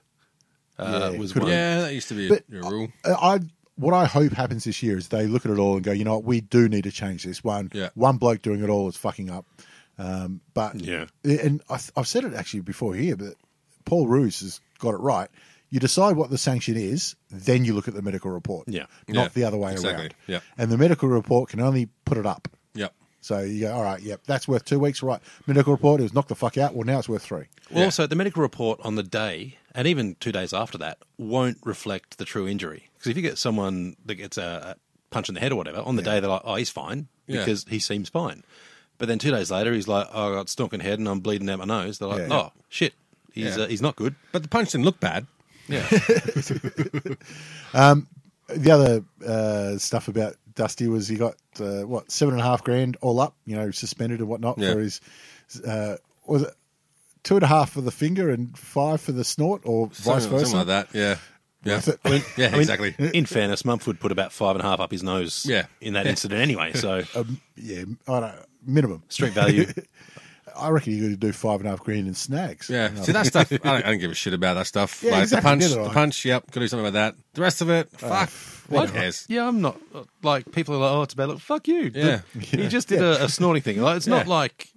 C: Uh,
A: Yeah,
C: was
A: could
C: one.
B: Yeah, that used to be a,
A: But-
B: a rule.
A: Uh, I what I hope happens this year is they look at it all and go, you know what, we do need to change this one.
B: Yeah.
A: One bloke doing it all is fucking up. Um, but
C: Yeah.
A: and I, th- I've said it actually before here, but Paul Roos has got it right. You decide what the sanction is, then you look at the medical report.
C: Yeah.
A: not
B: Yeah,
A: the other way
B: exactly.
A: around.
B: Yeah.
A: and the medical report can only put it up.
B: Yep.
A: So you go, all right, yep, that's worth two weeks, right? Medical report, it was knock the fuck out. Well, now it's worth three.
C: Well, also the medical report on the day and even two days after that won't reflect the true injury because if you get someone that gets a, a punch in the head or whatever on the day they're like, "Oh, he's fine,"
B: Yeah.
C: because he seems fine, but then two days later he's like, "Oh, I got stonking head and I'm bleeding out my nose." They're like,
A: Yeah.
C: "Oh shit, he's
B: Yeah.
C: uh, he's not good."
B: But the punch didn't look bad.
C: Yeah,
A: the other uh, stuff about Dusty was he got uh, what seven and a half grand all up, you know, suspended and whatnot
B: Yeah.
A: for his uh, was it two and a half for the finger and five for the snort or vice
B: Something-
A: versa.
B: Something like that, yeah. Yeah,
A: worth it.
C: I mean,
B: yeah,
C: I mean,
B: exactly.
C: In fairness, Mumford put about five and a half up his nose
B: Yeah.
C: in that
B: Yeah.
C: incident anyway. So
A: Um, yeah, I don't, minimum.
C: street value.
A: I reckon you could do five and a half grand in snags.
B: Yeah,
A: No.
B: see that stuff. I don't, I don't give a shit about that stuff.
A: Yeah,
B: like
A: exactly,
B: the punch,
A: neither do
B: the
A: I. Uh,
B: punch. Yep, gotta do something about that. The rest of it, fuck. What cares?
C: Yeah, I'm not like people are like, oh, it's about look. Fuck you.
B: Yeah.
C: he just did a, a snorting thing. Like, it's not
B: Yeah.
C: like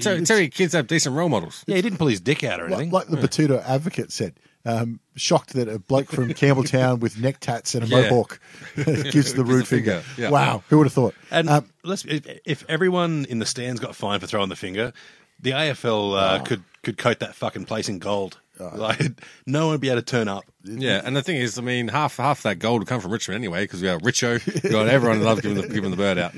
B: Terry, Terry, kids have decent role models.
C: yeah, he didn't pull his dick out or anything.
A: Like, like the Batuta advocate said, um, shocked that a bloke from Campbelltown with neck tats and a
B: Yeah.
A: mohawk gives the rude finger.
B: finger, yeah.
A: Wow, who would have thought?
C: and
A: um,
C: let's if, if everyone in the stands got fined for throwing the finger, the AFL
A: Oh.
C: uh, could could coat that fucking place in gold. like no one would be able to turn up.
B: Yeah, and the thing is, I mean, half half that gold would come from Richmond anyway because we got Richo. We got everyone loves giving the giving the bird out.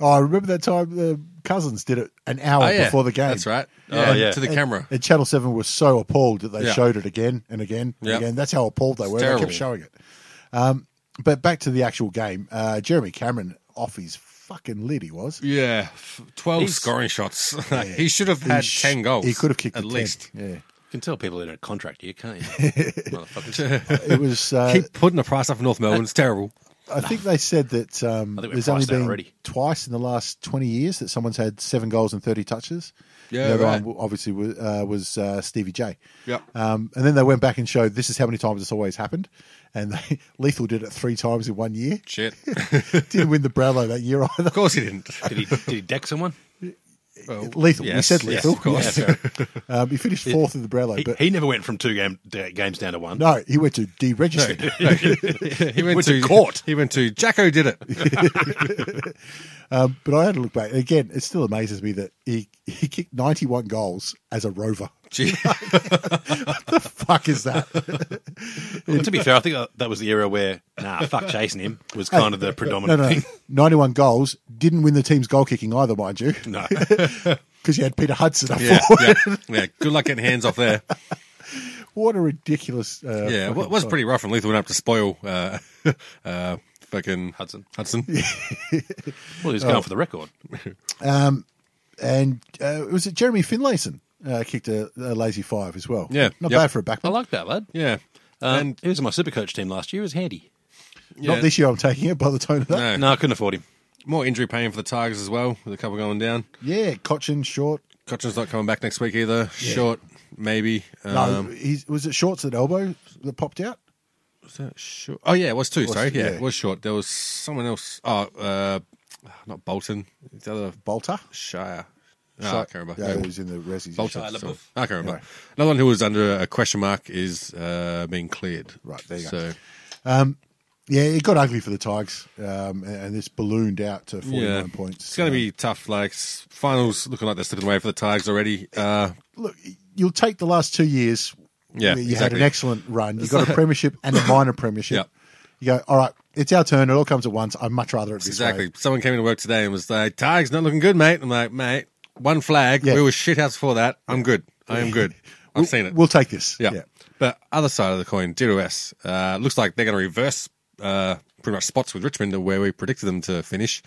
A: oh, I remember that time the Cousins did it an hour
B: Oh, yeah,
A: before the game.
B: That's right. Um,
C: Oh, yeah.
B: to the
A: And-
B: camera.
A: And Channel 7 was so appalled that they
B: Yeah.
A: showed it again and again and
B: Yeah.
A: again. That's how appalled they were. They
B: terrible.
A: kept showing it. Um, but back to the actual game. Uh, Jeremy Cameron off his fucking lid, he was.
B: Yeah, f- twelve
C: He's-
B: scoring shots. he should have had
A: He sh-
B: ten goals.
A: He could have kicked
B: at
A: the 10.
B: least.
A: Yeah.
C: You can tell people are in a contract here, can't you? Motherfuckers.
A: It was. Uh,
B: Keep putting the price up for North Melbourne. It's terrible.
A: I think they said that um,
C: I think we're
A: there's only
C: priced out
A: been
C: already.
A: twice in the last 20 years that someone's had seven goals and 30 touches.
B: Yeah,
A: the other
B: right.
A: one obviously was, uh, was uh, Stevie J.
B: Yep.
A: Um, and then they went back and showed this is how many times it's always happened. And they, Lethal did it three times in one year.
B: Shit. of
A: Didn't win the Brownlow that year either.
B: course he didn't.
C: did, he, did he deck someone?
B: Well,
A: Lethal. he
B: yes,
A: said
B: yes,
A: lethal.
B: of course.
C: Yeah, fair.
A: Um, he finished fourth in the Brownlow,
C: He,
A: but
C: he never went from two game, d- games down to one.
A: no, he went to deregistered.
B: He went,
C: Went
B: to,
C: to court.
B: He went to Jacko. Did it?
A: Um, but I had to look back again. It still amazes me that he he kicked ninety one goals as a rover.
B: Gee.
A: Fuck is that?
C: Well, to be fair, I think that- that was the era where nah, fuck chasing him was kind of the
A: no,
C: predominant
A: no,
C: thing.
A: ninety one goals didn't win the team's goal kicking either, mind you,
C: No,
A: because you had Peter Hudson up
B: Yeah,
A: forward.
B: yeah, yeah. Good luck getting hands off there.
A: What a ridiculous! Uh,
B: Yeah, it
A: fucking
B: wa- was
A: goal.
B: pretty rough when Lethal went up to spoil uh, uh, fucking
C: Hudson.
B: Hudson.
C: Well, he
A: Oh.
C: was going for the record.
A: And uh, was it Jeremy Finlayson uh, kicked a, a lazy five as well?
B: Yeah,
A: not
B: yep.
A: bad for a backman.
C: I like that lad.
B: Yeah,
C: Um,
B: and
C: he was in my Supercoach team last year. He was handy.
B: yeah,
A: Not this year. I'm taking it by the tone of that.
B: No.
C: No, I couldn't afford him.
B: more injury pain for the Tigers as well, with a couple going down.
A: Yeah, Cochin short.
B: Cochin's not coming back next week either. Short, maybe. Um,
A: No, he's, was it shorts at elbow that popped out?
B: was that short? Oh yeah, it was two. Sorry, yeah,
A: yeah.
B: it was short. There was someone else. Oh, uh, not Bolton. The other
A: Bolter.
B: Shire. No, I
A: Shot-
B: can't remember.
A: Yeah,
B: Yeah,
A: he was in the resi's.
B: Bolton.
C: Shire
B: sorry.
C: LaBeouf.
B: I can't remember.
A: Anyway.
B: Another one who was under a question mark is uh, being cleared.
A: Right, there you go.
B: So,
A: Yeah, it got ugly for the Tigers, um, and, and this ballooned out to forty-nine
B: yeah,
A: points.
B: it's going to be tough. Like s- finals looking like they're slipping away for the Tigers already. Uh,
A: Look, you'll take the last two years.
B: Yeah,
A: where you had
B: exactly.
A: an excellent run. You got a premiership and a minor premiership.
B: Yep.
A: You go, all right, it's our turn. It all comes at once. I'd much rather it this
B: Exactly.
A: way.
B: Someone came into work today and was like, "Tigers not looking good, mate." I'm like, "Mate, one flag.
A: Yeah.
B: We were shit house before that. I'm good. I am good. I've seen it.
A: We'll take this.
B: yeah. But other side of the coin, DWS uh, looks like they're going to reverse uh, pretty much spots with Richmond to where we predicted them to finish.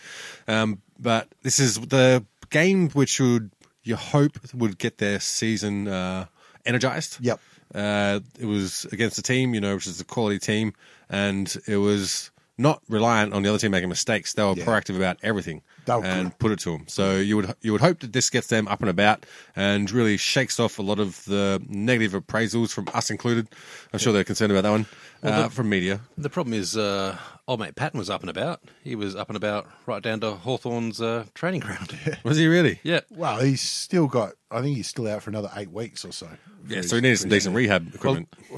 B: Um, but this is the game which would you hope would get their season uh, energized.
A: Yep.
B: Uh, it was against a team, you know, which is a quality team, and it was not reliant on the other team making mistakes. They were
A: Yeah.
B: proactive about everything
A: They were
B: and put it to them. So you would you would hope that this gets them up and about and really shakes off a lot of the negative appraisals from us included. I'm sure they're concerned about that one uh, from media.
C: The problem is, uh, old mate Patton was up and about. He was up and about right down to Hawthorn's uh, training ground.
B: Was he really?
C: yeah.
A: Wow, he's still got. I think he's still out for another eight weeks or so.
B: Yeah. So he needed some decent rehab equipment.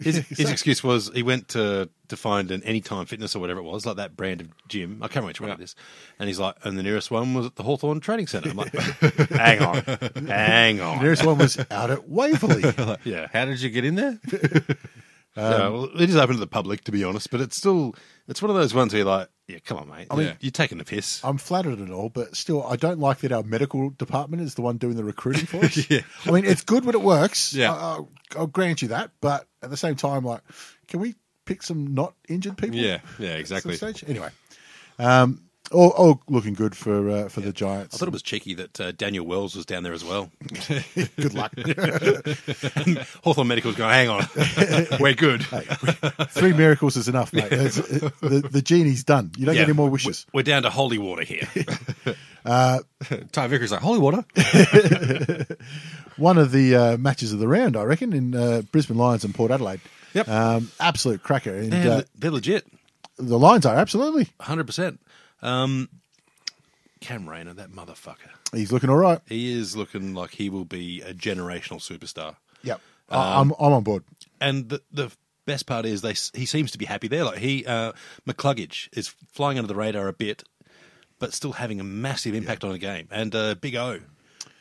C: His, his excuse was he went to to find an Anytime Fitness or whatever it was, like that brand of gym. I can't remember which one it is. And he's like, and the nearest one was at the Hawthorn Training Centre. I'm like, hang on, hang
A: The
C: on.
A: nearest one was out at Waverley.
C: Yeah.
B: How did you get in there?
C: Yeah, well, it is open to the public, to be honest, but it's still it's one of those ones where you're like, yeah, come on, mate. I mean,
B: Yeah.
C: you're taking the piss.
A: I'm flattered and all, but still, I don't like that our medical department is the one doing the recruiting for us. I mean, it's good when it works.
B: Yeah.
A: I, I'll, I'll grant you that. But at the same time, like, can we pick some not injured people?
B: Yeah, yeah, exactly.
A: At some stage? Anyway, um, all, all looking good for uh, for the
C: I
A: Giants.
C: thought it was cheeky that uh, Daniel Wells was down there as well.
A: good luck.
C: Hawthorne Medical's going, hang on, we're good.
A: Three miracles is enough, mate. It's- the, the genie's done. You don't
C: Yeah.
A: get any more wishes.
C: We're down to holy water here.
B: Ty Vickers like holy water.
A: One of the uh, matches of the round, I reckon, in uh, Brisbane Lions and Port Adelaide.
B: Yep.
A: Um, absolute cracker. And
C: They're,
A: uh,
C: they're legit,
A: the Lions are, absolutely.
C: 100%. Um, Cam Rayner, that motherfucker.
A: He's looking all right.
C: He is looking like he will be a generational superstar.
A: Yep. I,
C: Um,
A: I'm, I'm on board.
C: and the the best part is they he seems to be happy there. Like he uh, McCluggage is flying under the radar a bit, but still having a massive impact on a game. And uh, Big O,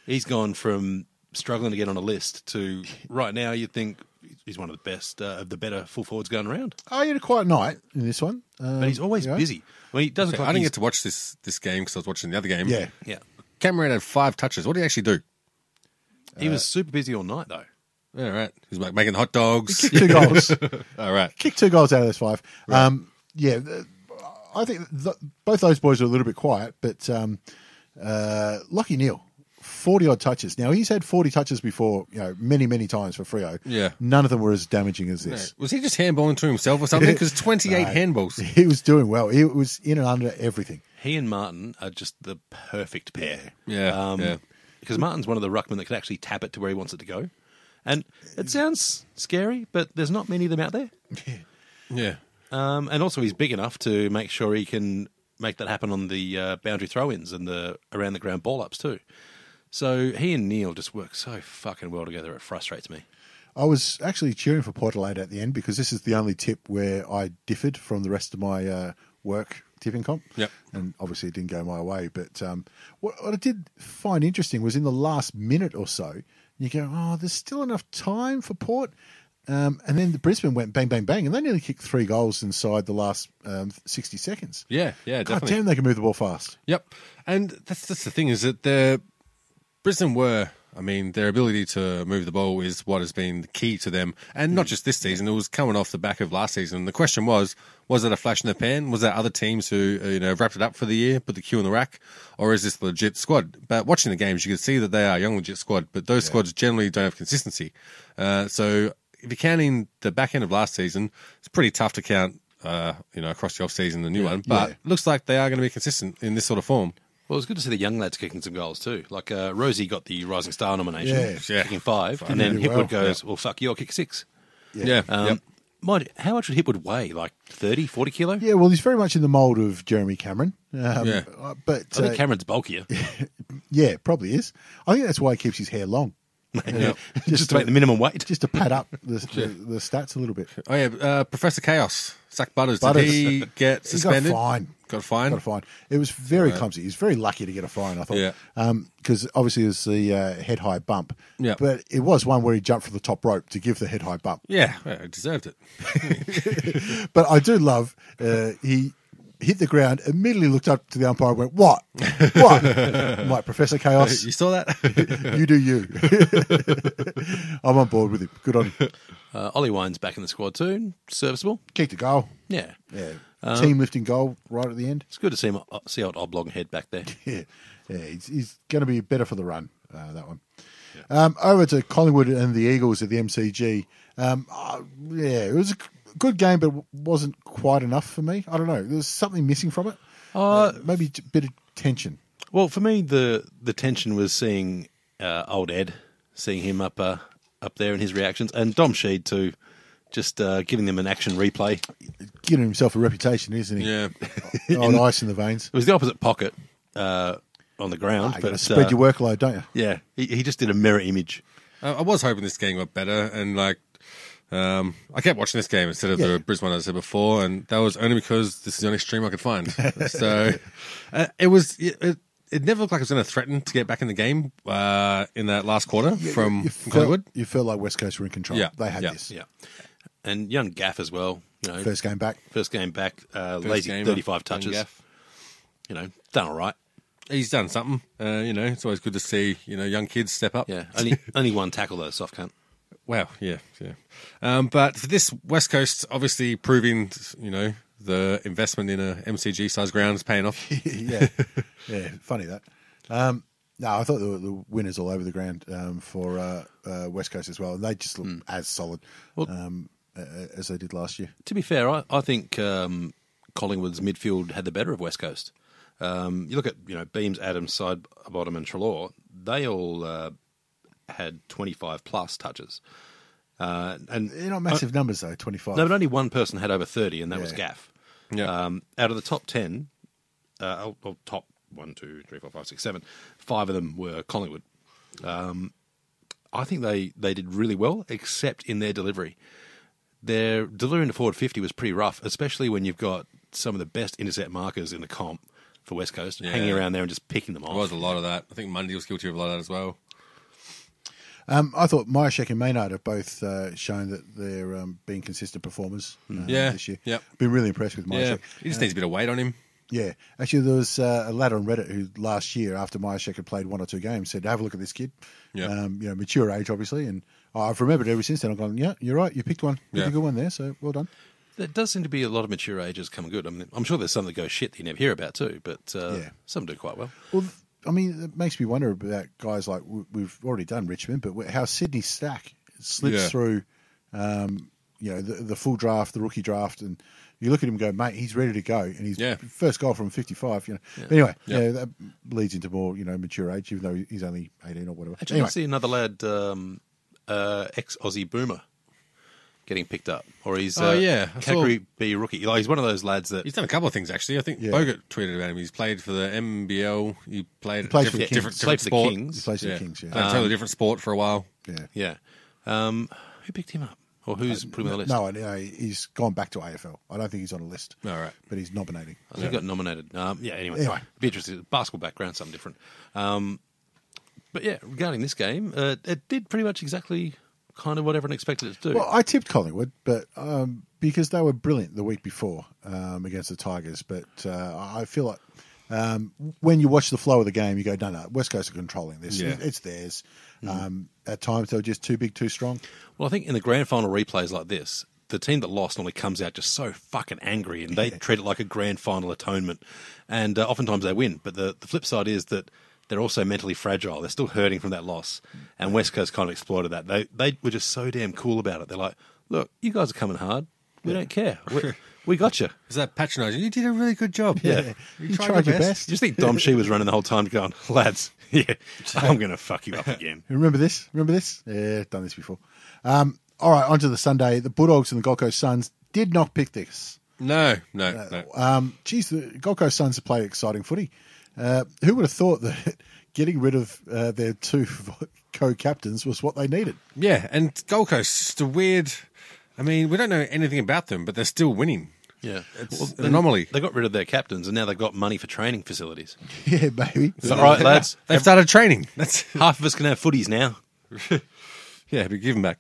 C: he's gone from struggling to get on a list to right now you'd think he's one of the best uh, of the better full forwards going around.
A: Oh, you had a quiet night in this one. Um,
C: But he's always
A: you know.
C: busy. Well, he doesn't.
B: I
C: look like
B: didn't
C: he's-
B: get to watch this this game because I was watching the other game.
A: Yeah.
C: yeah,
B: Cameron had five touches. What did he actually do?
C: he was super busy all night though.
B: All right, he was like making hot dogs.
A: Two goals.
B: All right,
A: Kick two goals out of those five. Um, yeah, th- I think th- both those boys are a little bit quiet, but um, uh, Lucky Neil, 40 odd touches. Now, he's had 40 touches before, you know, many, many times for Frio.
B: Yeah.
A: None of them were as damaging as this.
B: was he just handballing to himself or something? Because twenty eight handballs.
A: He was doing well. He was in and under everything.
C: He and Martin are just the perfect pair.
B: Yeah, yeah.
C: Because Martin's one of the ruckmen that can actually tap it to where he wants it to go. And it sounds scary, but there's not many of them out there.
B: Yeah,
C: Um, and also, he's big enough to make sure he can make that happen on the uh, boundary throw-ins and the around the ground ball ups too. So he and Neil just work so fucking well together. It frustrates me.
A: I was actually cheering for Port Adelaide at the end because this is the only tip where I differed from the rest of my uh, work tipping comp.
B: Yep.
A: And obviously it didn't go my way. But um, what, what I did find interesting was in the last minute or so, you go, oh, there's still enough time for Port. Um, and then the Brisbane went bang, bang, bang, and they nearly kicked three goals inside the last um, 60 seconds.
B: yeah, yeah.
A: God
B: Definitely.
A: damn, they can move the ball fast.
B: Yep, and that's that's the thing is that the Brisbane were. I mean, their ability to move the ball is what has been the key to them, and
A: Hmm.
B: not just this season. It was coming off the back of last season. The question was: Was it a flash in the pan? Was there other teams who uh, you know wrapped it up for the year, put the Q in the rack, or is this the legit squad? But watching the games, you can see that they are a young legit squad, but those squads generally don't have consistency. Uh, so, if you're counting the back end of last season, it's pretty tough to count. Uh, you know, across the off season, the new one, but
A: Yeah.
B: looks like they are going to be consistent in this sort of form.
C: Well, it's good to see the young lads kicking some goals too. Like uh, Rosie got the Rising Star nomination,
A: Yeah.
B: Yeah.
C: kicking five, and then
A: really
C: Hipwood
A: well.
C: goes, "Well, fuck you, I'll kick six.
B: Yeah.
C: Um, mind you, how much would Hipwood weigh? Like 30, 40 kilo?
A: Yeah, well, he's very much in the mould of Jeremy Cameron. Um,
B: Yeah.
A: uh, But
C: I think
A: uh,
C: Cameron's bulkier.
A: yeah, probably is. I think that's why he keeps his hair long.
C: Yeah. just,
A: Just
C: to make
A: to-
C: the minimum weight.
A: just to pad up the, the, the stats a little bit.
B: oh yeah. Uh, Professor Chaos, Zach Butters.
A: Butters.
B: Did he get
A: He
B: suspended?
A: got fined.
B: Got a fine.
A: Got a fine. It was very clumsy. He was very lucky to get a fine. I thought,
B: Yeah.
A: because obviously it was the uh, head high bump.
B: Yeah.
A: but it was one where he jumped for the top rope to give the head high bump.
B: Yeah, yeah, deserved it.
A: But I do love uh, he hit the ground immediately. Looked up to the umpire, and went what, what? I'm like Professor Chaos,
B: You saw that?
A: you do you. I'm on board with him. Good on him.
C: Uh, Ollie Wine's back in the squad too. Serviceable.
A: Kicked a goal.
C: Yeah.
A: Yeah,
B: Um,
A: team lifting goal right at the end.
C: It's good to see him, uh, see old oblong head back there.
A: yeah, yeah he's, he's going to be better for the run. Uh, that one. Um, over to Collingwood and the Eagles at the MCG. Um, uh, yeah, it was a c- good game, but w- wasn't quite enough for me. I don't know. There was something missing from it. Uh, maybe a bit of tension.
C: Well, for me, the the tension was seeing uh, old Ed, seeing him up uh, up there and his reactions, and Dom Sheed too, just uh, giving them an action replay. It
A: Giving himself a reputation, isn't he?
B: yeah.
A: Old ice in the veins.
C: was the opposite pocket uh, on the ground,
A: Ah, you got
C: but
A: to spread
C: uh,
A: your workload, don't you?
C: Yeah, he, he just did a mirror image.
B: I, I was hoping this game got better, and like, um, I kept watching this game instead of
A: Yeah.
B: the Brisbane one I said before, and that was only because this is the only stream I could find. so uh, it was. It, it, it never looked like it was going to threaten to get back in the game uh, in that last quarter from,
A: you
B: from
A: felt,
B: Collingwood.
A: You felt like West Coast were in control.
B: Yeah,
A: They had
B: yeah,
A: this.
C: Yeah, and young Gaff as well. You know, first,
A: First game back.
C: game back, uh,
B: First
C: lazy
B: game,
C: thirty five
B: young
C: touches.
B: Gaff.
C: You know, done all right.
B: he's done something. Uh, you know, it's always good to see you know young kids step up.
C: Yeah, only only one tackle though, soft cunt.
B: Wow. Yeah. Yeah. Um, but for this West Coast, obviously proving you know the investment in a MCG sized ground is paying off.
A: yeah, yeah, funny that. Um, no, I thought there were the winners all over the ground um, for uh, uh, West Coast as well, and they just look as solid
C: Hmm. Well-
A: um, uh, as they did last year.
C: To be fair, I, I think um, Collingwood's midfield had the better of West Coast. Um, you look at you know Beams, Adams, Side Bottom, and Trelaw. They all uh, had twenty five plus touches, uh, and
A: They're not massive numbers though, twenty five.
C: no, but only one person had over thirty, and that was
A: Yeah.
C: Gaff.
B: Yeah.
C: Um, out of the top ten, uh, oh, oh, top one, two, three, four, five, six, seven, five of them were Collingwood. Um, I think they they did really well, except in their delivery. Their delivering to forward fifty was pretty rough, especially when you've got some of the best intercept markers in the comp for West Coast hanging around there and just picking them
B: There was
C: off.
B: a lot of that. I think Monday was guilty of a lot of that as well.
A: Um, I thought Myashek and Maynard have both uh, shown that they're um, being consistent performers.
C: Hmm.
A: Uh,
B: Yeah,
A: this year.
B: yep.
A: Been really impressed with
B: Yeah,
A: Myashek.
B: he just needs a bit of weight on him.
A: Yeah, actually, there was uh, a lad on Reddit who last year, after Myashek had played one or two games, said, "Have a look at this kid."
B: Yeah.
A: um, you know, mature age, obviously, and I've remembered ever since then. I've gone, "Yeah, you're right. You picked one. You
B: Yeah.
A: picked a good one there. So well done."
C: There does seem to be a lot of mature ages come good. I mean, I'm sure there's some that go shit that you never hear about too, but uh,
A: Yeah.
C: some do quite well.
A: Well, th- I mean, it makes me wonder about guys like w- we've already done Richmond, but wh- how Sydney Stack slips
B: Yeah.
A: through, um, you know, the, the full draft, the rookie draft, and you look at him and go, mate, he's ready to go, and he's
B: Yeah.
A: first goal from fifty-five. You know, anyway,
B: Yeah.
A: yeah. that leads into more, you know, mature age, even though he's only eighteen or whatever.
C: Actually,
A: anyway,
C: I see another lad, um, uh, ex Aussie Boomer, getting picked up, or he's
B: Oh,
C: uh,
B: yeah, I saw-
C: category B rookie. Like he's one of those lads that
B: He's done a couple of things actually. I think
A: Yeah.
B: Bogart tweeted about him. He's played for the MBL. He played
A: plays for
B: different,
A: the
B: different,
C: Kings.
B: different
C: Played for the
B: sport.
C: Kings.
A: he plays for
B: Yeah.
A: the Kings. Yeah,
B: Played a totally different sport for a while.
A: yeah.
C: yeah. Um, who picked him up, or who's put him on the list?
A: No, I- no, he's gone back to AFL. I don't think he's on a list.
B: All right.
A: but he's nominating.
C: I think he got nominated. Um, yeah, anyway,
A: Anyway.
C: be interesting. Basketball background, something different. Um, but yeah, regarding this game, uh, it did pretty much exactly kind of what everyone expected it to do.
A: Well, I tipped Collingwood, but um, because they were brilliant the week before um, against the Tigers, but uh, I feel like um, when you watch the flow of the game, you go, no, no, West Coast are controlling this.
B: Yeah. Mm-hmm.
A: It's theirs. Um, at times they were just too big, too strong.
C: Well, I think in the grand final replays like this, the team that lost normally comes out just so fucking angry and they treat it like a grand final atonement. And uh, oftentimes they win. But the, the flip side is that they're also mentally fragile. They're still hurting from that loss. And West Coast kind of exploited that. They, they were just so damn cool about it. They're like, look, you guys are coming hard. We don't care. We, we got you.
B: Is that patronising? You did a really good job.
C: Yeah.
A: You, tried, your best.
C: You just think Dom She was running the whole time going, lads, yeah, I'm going to fuck you up again.
A: Remember this? Remember this? Yeah, done this before. Um, all right, on to the Sunday. The Bulldogs and the Gold Coast Suns did not pick this.
B: No, no, no.
A: Um, geez, the Gold Coast Suns are playing exciting footy. Uh, who would have thought that getting rid of uh, their two co-captains was what they needed?
B: Yeah, and Gold Coast just a weird. I mean, we don't know anything about them, but they're still winning.
C: Yeah.
B: It's an anomaly.
C: They got rid of their captains and now they've got money for training facilities.
A: Yeah, baby.
C: Is that right, lads?
B: They've started training. That's
C: Half of us can have footies now.
B: yeah. We give them back.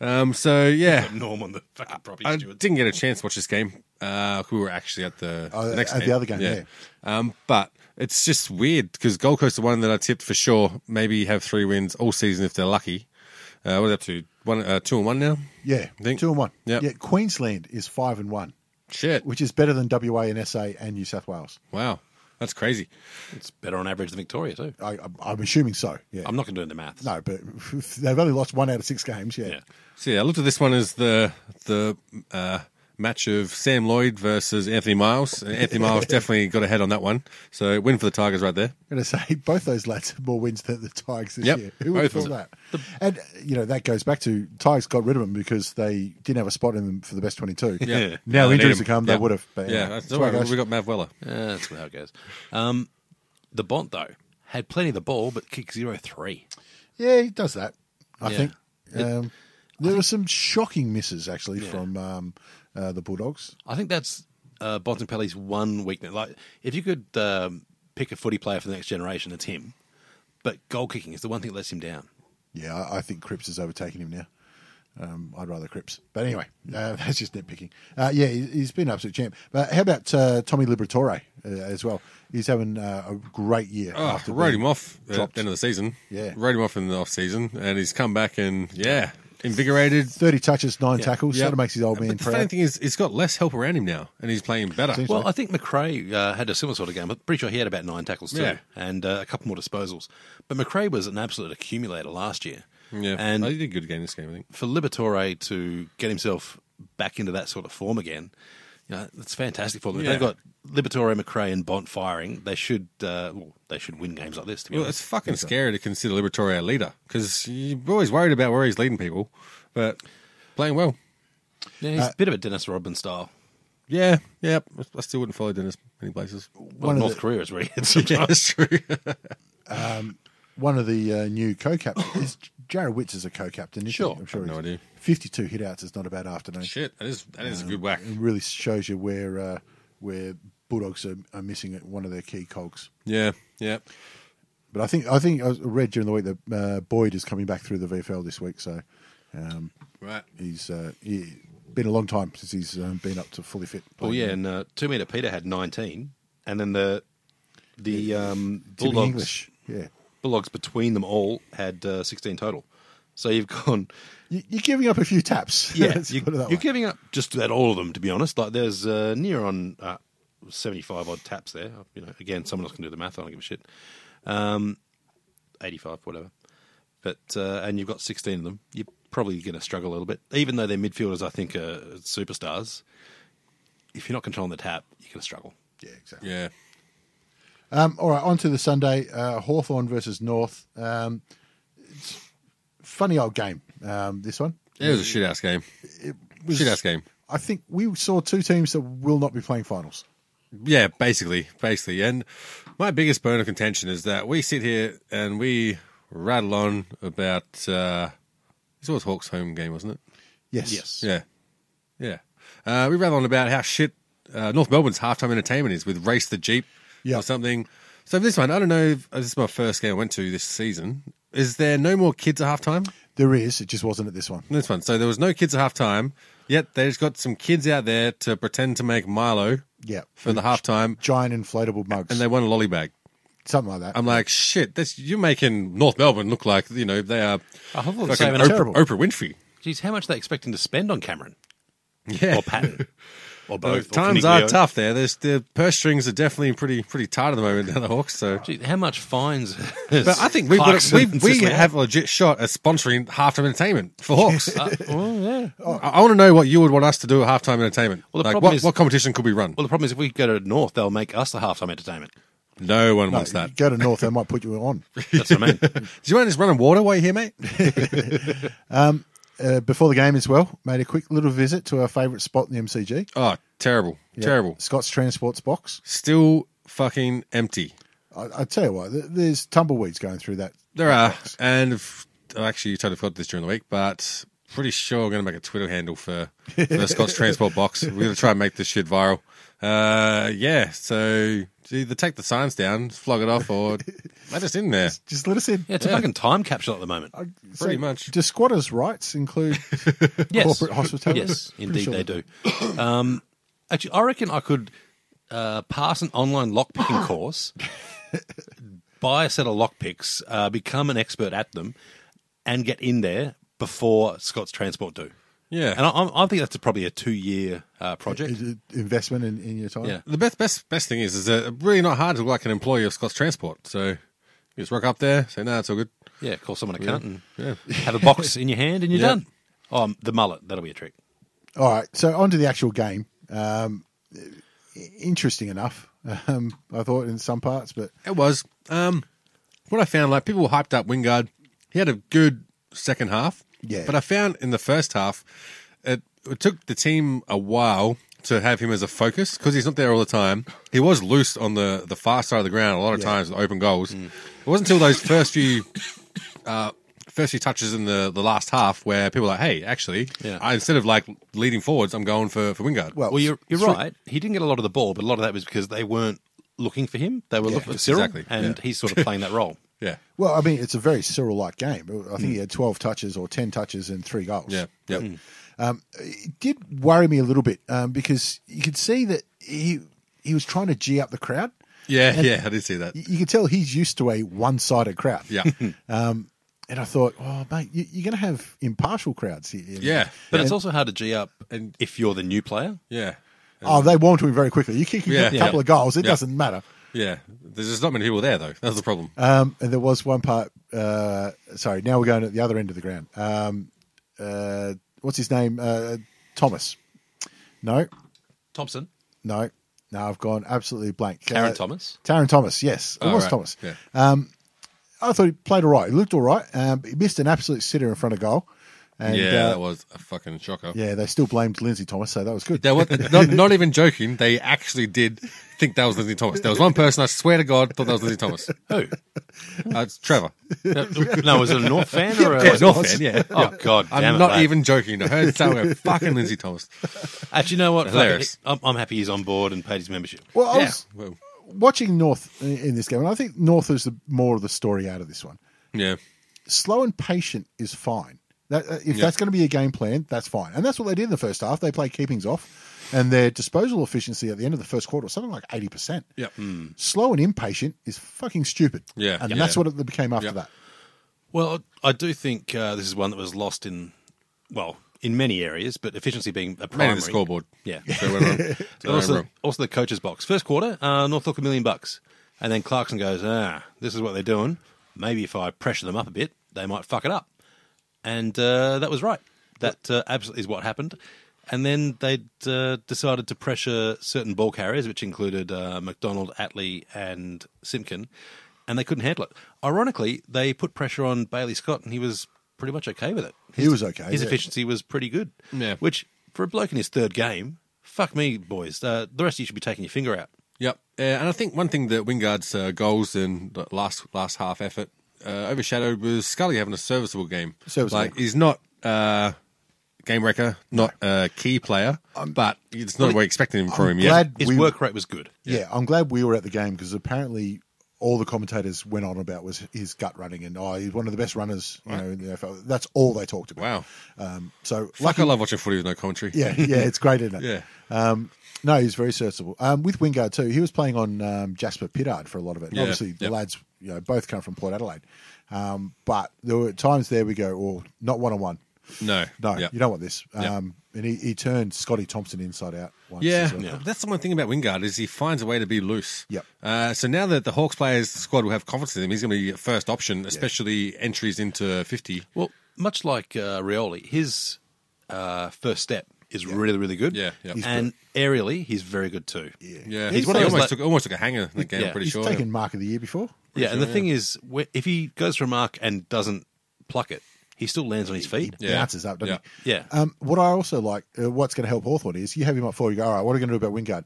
B: Um, so yeah,
C: Norm on the fucking property
B: I
C: steward.
B: didn't get a chance to watch this game. Uh, we were actually at the
A: Oh,
B: the next
A: at the
B: game.
A: other game,
B: Um, but it's just weird because Gold Coast, the one that I tipped for sure, maybe have three wins all season if they're lucky. Uh, what are they up to? One, uh, two and one now.
A: Yeah,
B: I think-
A: two and one.
B: Yep.
A: Yeah, Queensland is five and one,
B: Shit!
A: which is better than WA and SA and New South Wales.
B: Wow, that's crazy.
C: It's better on average than Victoria, too.
A: I, I'm- I'm assuming so. Yeah,
C: I'm not going to do the math.
A: no, but they've only lost one out of six games. Yeah,
C: Yeah.
B: So yeah, I looked at this one as the the uh, match of Sam Lloyd versus Anthony Miles. And Anthony Miles definitely got ahead on that one. So win for the Tigers right there.
A: I'm going to say both those lads have more wins than the Tigers this
B: Yep,
A: year. Who would have
B: both of
A: thought that? And you know that goes back to Tigers got rid of them because they didn't have a spot in them for the best twenty-two.
C: Yeah.
A: now
B: they need
A: injuries have
B: him.
A: come, they
B: Yeah.
A: would have. But
B: yeah,
A: anyway,
B: that's
A: that's
B: all right.
A: where it goes.
B: We got Mav Weller.
C: Yeah, that's how it goes. Um, the Bont, though, had plenty of the ball, but kicked 0 3.
A: Yeah, he does that. I
C: Yeah.
A: think
C: It-
A: um, there were some shocking misses actually from um, uh, the Bulldogs.
C: I think that's uh, Bontempelli's one weakness. Like, if you could um, pick a footy player for the next generation, it's him. But goal kicking is the one thing that lets him down.
A: Yeah, I, I think Cripps has overtaken him now. Um, I'd rather Cripps, but anyway, uh, that's just nitpicking. Uh, yeah, he, he's been an absolute champ. But how about uh, Tommy Liberatore uh, as well? He's having uh, a great year.
B: Oh,
A: after
B: wrote
A: being
B: him off at
A: dropped.
B: the end of the season.
A: Yeah.
B: Wrote him off in the off season and he's come back and yeah. invigorated.
A: 30 touches, nine tackles.
B: Yep.
A: That makes his old man
B: But the funny
A: proud.
B: thing is, he's got less help around him now, and he's playing better.
A: Seems-
C: Well, I think McRae uh, had a similar sort of game, but pretty sure he had about nine tackles too,
B: Yeah.
C: and uh, a couple more disposals. But McRae was an absolute accumulator last year.
B: yeah,
C: and
B: Oh, he did good game this game, I think.
C: for Liberatore to get himself back into that sort of form again, you know, it's fantastic for them. If
B: Yeah.
C: They've got Liberatore, McRae, and Bont firing. They should uh, well, they should win games like this. To be
B: Well, it's
C: honest,
B: fucking scary to consider Liberatore a leader because you're always worried about where he's leading people, but playing well.
C: yeah,
A: Uh,
C: he's a bit of a Dennis Rodman style.
B: Yeah, yeah. I still wouldn't follow Dennis many places.
C: Well,
A: One of
C: North
A: the-
C: Korea is where he is sometimes.
B: That's true.
A: One of the uh, new co captains, Jared Witz is a co captain, isn't
C: Sure.
A: he? I'm sure
B: I've no
A: he's-
B: idea.
A: 52 hitouts is not a bad afternoon.
B: Shit, that is that is a good whack.
A: It really shows you where uh, where Bulldogs are, are missing at one of their key cogs.
B: Yeah, yeah.
A: But I think I think I read during the week that uh, Boyd is coming back through the VFL this week, so um,
B: Right.
A: he's uh, he, been a long time since he's um, been up to fully fit.
C: Well, yeah, and uh, two meter Peter had nineteen, and then the the um,
A: Timmy
C: Bulldogs
A: English, yeah.
C: Bulldogs between them all had uh, sixteen total. So you've gone,
A: You, you're giving up a few taps.
C: yeah,
A: Let's
C: you,
A: put it that
C: you're
A: way.
C: giving up just about all of them. To be honest, like there's uh, near on uh, seventy five odd taps there. You know, again, someone else can do the math. I don't give a shit. Um, Eighty five, whatever. But uh, and you've got sixteen of them. You're probably going to struggle a little bit, even though their midfielders I think are superstars. If you're not controlling the tap, you're going to struggle.
A: yeah, exactly.
B: Yeah.
A: Um, all right, on to the Sunday uh, Hawthorne versus North. Um, it's funny old game. Um, this one,
B: It was a shit ass game.
A: was-
B: Shit ass game.
A: I think we saw two teams that will not be playing finals.
B: Yeah, basically, basically. And my biggest bone of contention is that we sit here and we rattle on about uh, this was Hawks' home game, wasn't it?
A: Yes,
C: Yes.
B: Yeah, yeah. Uh, we rattle on about how shit uh, North Melbourne's halftime entertainment is with Race the Jeep
A: Yeah.
B: or something. So this one, I don't know. If, this is my first game I went to this season. Is there no more kids at halftime?
A: there is. It just wasn't at this one.
B: This one. So there was no kids at halftime. Yet they just got some kids out there to pretend to make Milo
A: Yeah,
B: for the halftime,
A: giant inflatable mugs
B: and they won a lolly bag.
A: something like that.
B: I'm like, shit, that's, you're making North Melbourne look like, you know, they are
C: I hope I'm
B: fucking
C: saving up.
A: terrible.
B: Oprah, Oprah Winfrey.
C: Geez, how much are they expecting to spend on Cameron
B: Yeah.
C: or Patton or
B: Uh,
C: both? or
B: times are
C: Caniglio?
B: tough there. There's, the purse strings are definitely pretty pretty tight at the moment down the Hawks. So,
C: Gee, how much fines?
B: but I think we've got a, we
C: Clarkson-
B: we have a legit shot at sponsoring halftime entertainment for Hawks.
C: Uh, well, yeah.
B: I, want to know what you would want us to do at halftime entertainment.
C: Well, the
B: like,
C: problem
B: what,
C: is-
B: what competition could we run?
C: Well, the problem is if we go to North, they'll make us the halftime entertainment.
B: no one
A: No,
B: wants that.
A: you Go to North, they might put you on.
C: That's what I mean.
B: Do you want to just run in water while you're here, mate?
A: Uh, before the game as well, made a quick little visit to our favourite spot in the MCG.
B: oh, terrible,
A: Yeah,
B: terrible.
A: Scott's Transports box.
B: Still fucking empty.
A: I, I tell you what, th- there's tumbleweeds going through that.
B: There are, and if, I actually totally forgot this during the week, but pretty sure I'm going to make a Twitter handle for, for the Scott's Transport Box. We're going to try and make this shit viral. Uh, yeah, so either take the signs down, flog it off, or let us in there.
A: Just let us in.
C: Yeah, it's a fucking time capsule at the moment.
B: Pretty much.
A: Do squatters' rights include
C: Yes.
A: corporate hospitality?
C: Yes,
A: Pretty
C: indeed
A: sure
C: they do. Um, actually, I reckon I could uh, pass an online lockpicking course, buy a set of lockpicks, uh, become an expert at them, and get in there before Scott's Transport do.
B: Yeah.
C: and I, I I think that's probably a two-year uh,
A: Is
C: project.
A: it Investment in, in your time.
C: Yeah.
B: The best, best, best thing is, is that it's really not hard to look like an employee of Scott's Transport. So you just rock up there, say, no, it's all good.
C: Yeah, call someone a cunt and have a box in your hand, and you're
B: Yeah.
C: done. Oh, um, the mullet that'll be a trick.
A: All right. So on to the actual game. Um, interesting enough, um, I thought in some parts, but
B: It was. Um, what I found, like people were hyped up Wingard. He had a good second half.
A: Yeah.
B: But I found in the first half, it, it took the team a while to have him as a focus because he's not there all the time. He was loose on the, the far side of the ground a lot of
A: Yeah. Mm.
B: times with open goals. It wasn't until those first few uh, first few touches in the, the last half where people are like, hey, actually,
C: Yeah.
B: I, instead of like leading forwards, I'm going for, for Wingard.
A: well,
C: Well, you're, you're
A: three-
C: right. He didn't get a lot of the ball, but a lot of that was because they weren't looking for him. They were looking for Cyril,
B: exactly.
C: and
B: Yeah.
C: he's sort of playing that role.
B: yeah.
A: Well, I mean, it's a very Cyril-like game. I think he had twelve touches or ten touches and three goals.
B: Hmm. Yeah. Yeah.
A: Um, it did worry me a little bit um, because you could see that he he was trying to g up the crowd.
B: Yeah. Yeah. I did see that.
A: You you could tell he's used to a one-sided crowd.
B: Yeah.
A: and I thought, oh mate, you, you're going to have impartial crowds here. you know.
B: Yeah.
C: But it's also hard to G up
B: And-
C: if you're the new player.
B: Yeah.
A: Oh, they warm to him very quickly. You kick him
B: Yeah.
A: a couple of goals, it
B: Yeah.
A: doesn't matter.
B: Yeah. There's just not many people there, though. That's the problem.
A: Um, and there was one part. Uh, sorry, now we're going at the other end of the ground. Um, uh, what's his name? Uh, Thomas. No,
C: Thompson.
A: no, no. I've gone absolutely blank.
C: Aaron
A: Uh,
C: Thomas.
A: Taron Thomas. Yes, it
B: Oh,
A: was
B: right.
A: Thomas.
B: Yeah.
A: I thought he played all right. He looked all right. Um, but he missed an absolute sitter in front of goal. And,
B: yeah,
A: uh,
B: that was a fucking shocker.
A: yeah. They still blamed Lindsay Thomas, so that was good.
B: They were, not, not even joking. They actually did think that was Lindsay Thomas. There was one person, I swear to God, thought that was Lindsay Thomas.
C: Who?
B: Uh, it's Trevor.
C: no, was it a North fan or a
B: Yeah, North fan, yeah.
C: Oh god,
B: I'm
C: damn it,
B: not
C: mate.
B: even joking. I heard somewhere fucking Lindsay Thomas.
C: Actually, you know what? Fuck it.
B: Hilarious.
C: I'm, I'm happy he's on board and paid his membership.
A: well, I
B: Yeah.
A: was
B: Well,
A: watching North in- in this game, and I think North is the more of the story out of this one.
B: yeah.
A: slow and patient is fine. That, uh, if
B: Yeah.
A: that's going to be a game plan, that's fine. And that's what they did in the first half. They played keepings off, and their disposal efficiency at the end of the first quarter was something like 80%.
B: Yeah.
A: Slow and impatient is fucking stupid.
B: Hmm. Yeah,
A: And
B: yeah.
A: that's what it became after
B: Yeah.
A: that.
C: Well, I do think uh, this is one that was lost in, well, in many areas, but efficiency being a primary.
B: Mainly the scoreboard.
C: Yeah.
B: So it went wrong. So it
C: But
B: went
C: also,
B: wrong.
C: also the coach's box. First quarter, uh, North look a million bucks. And then Clarkson goes, ah, this is what they're doing. Maybe if I pressure them up a bit, they might fuck it up. And uh, that was right. That uh, absolutely is what happened. And then they uh, decided to pressure certain ball carriers, which included uh, McDonald, Atley, and Simpkin, and they couldn't handle it. Ironically, they put pressure on Bailey Scott, and he was pretty much okay with it.
A: He
C: His-
A: was okay,
C: His
A: yeah.
C: efficiency was pretty good.
B: Yeah.
C: Which, for a bloke in his third game, fuck me, boys. Uh, the rest of you should be taking your finger out.
B: Yep, uh, and I think one thing that Wingard's uh, goals and the last last half effort uh, overshadowed was Scully having a serviceable game.
A: Serviceable.
B: Like he's not uh, game wrecker, not a key player, but it's not what we're expecting him from him yet.
A: Glad
C: His
A: we-
C: work rate was good.
A: Yeah. I'm glad we were at the game because apparently all the commentators went on about was his gut running and oh, he's one of the best runners you know, in the NFL. That's all they talked about.
B: Wow,
A: Um, so
B: fuck! I love watching footy with no commentary.
A: Yeah, yeah, it's great, isn't it?
B: Yeah.
A: Um, no, he's very serviceable. Um, with Wingard too, he was playing on um, Jasper Pittard for a lot of it. And
B: Yeah,
A: Obviously, the
B: yep.
A: lads, you know, both come from Port Adelaide, um, but there were times there we go, oh, not one on one.
B: no,
A: No,
B: Yep.
A: you don't want this.
B: Yep.
A: Um, And he, he turned Scotty Thompson inside out. Once
B: Yeah,
A: as well.
B: that's the one thing about Wingard is he finds a way to be loose.
A: Yep.
B: Uh, so now that the Hawks players squad will have confidence in him, he's going to be a first option, especially entries into fifty.
C: Well, much like uh, Rioli, his uh, first step is really, really good.
B: Yeah, yeah. He's
C: and aerially, he's very good too. Yeah,
B: Yeah,
A: He's
B: he's one
A: like-
B: of almost
C: like-
B: took almost took a hanger in that game.
C: Yeah.
B: I'm pretty
A: he's
B: sure.
A: taken mark of the year before.
C: and the thing is, wh- if he goes for a mark and doesn't pluck it, he still lands on his feet.
B: Yeah.
A: Bounces up, doesn't
B: Yeah.
A: he?
C: Yeah.
A: Um, what I also like, uh, what's going to help Hawthorn is you have him up four. You go, all right, what are we going to do about Wingard?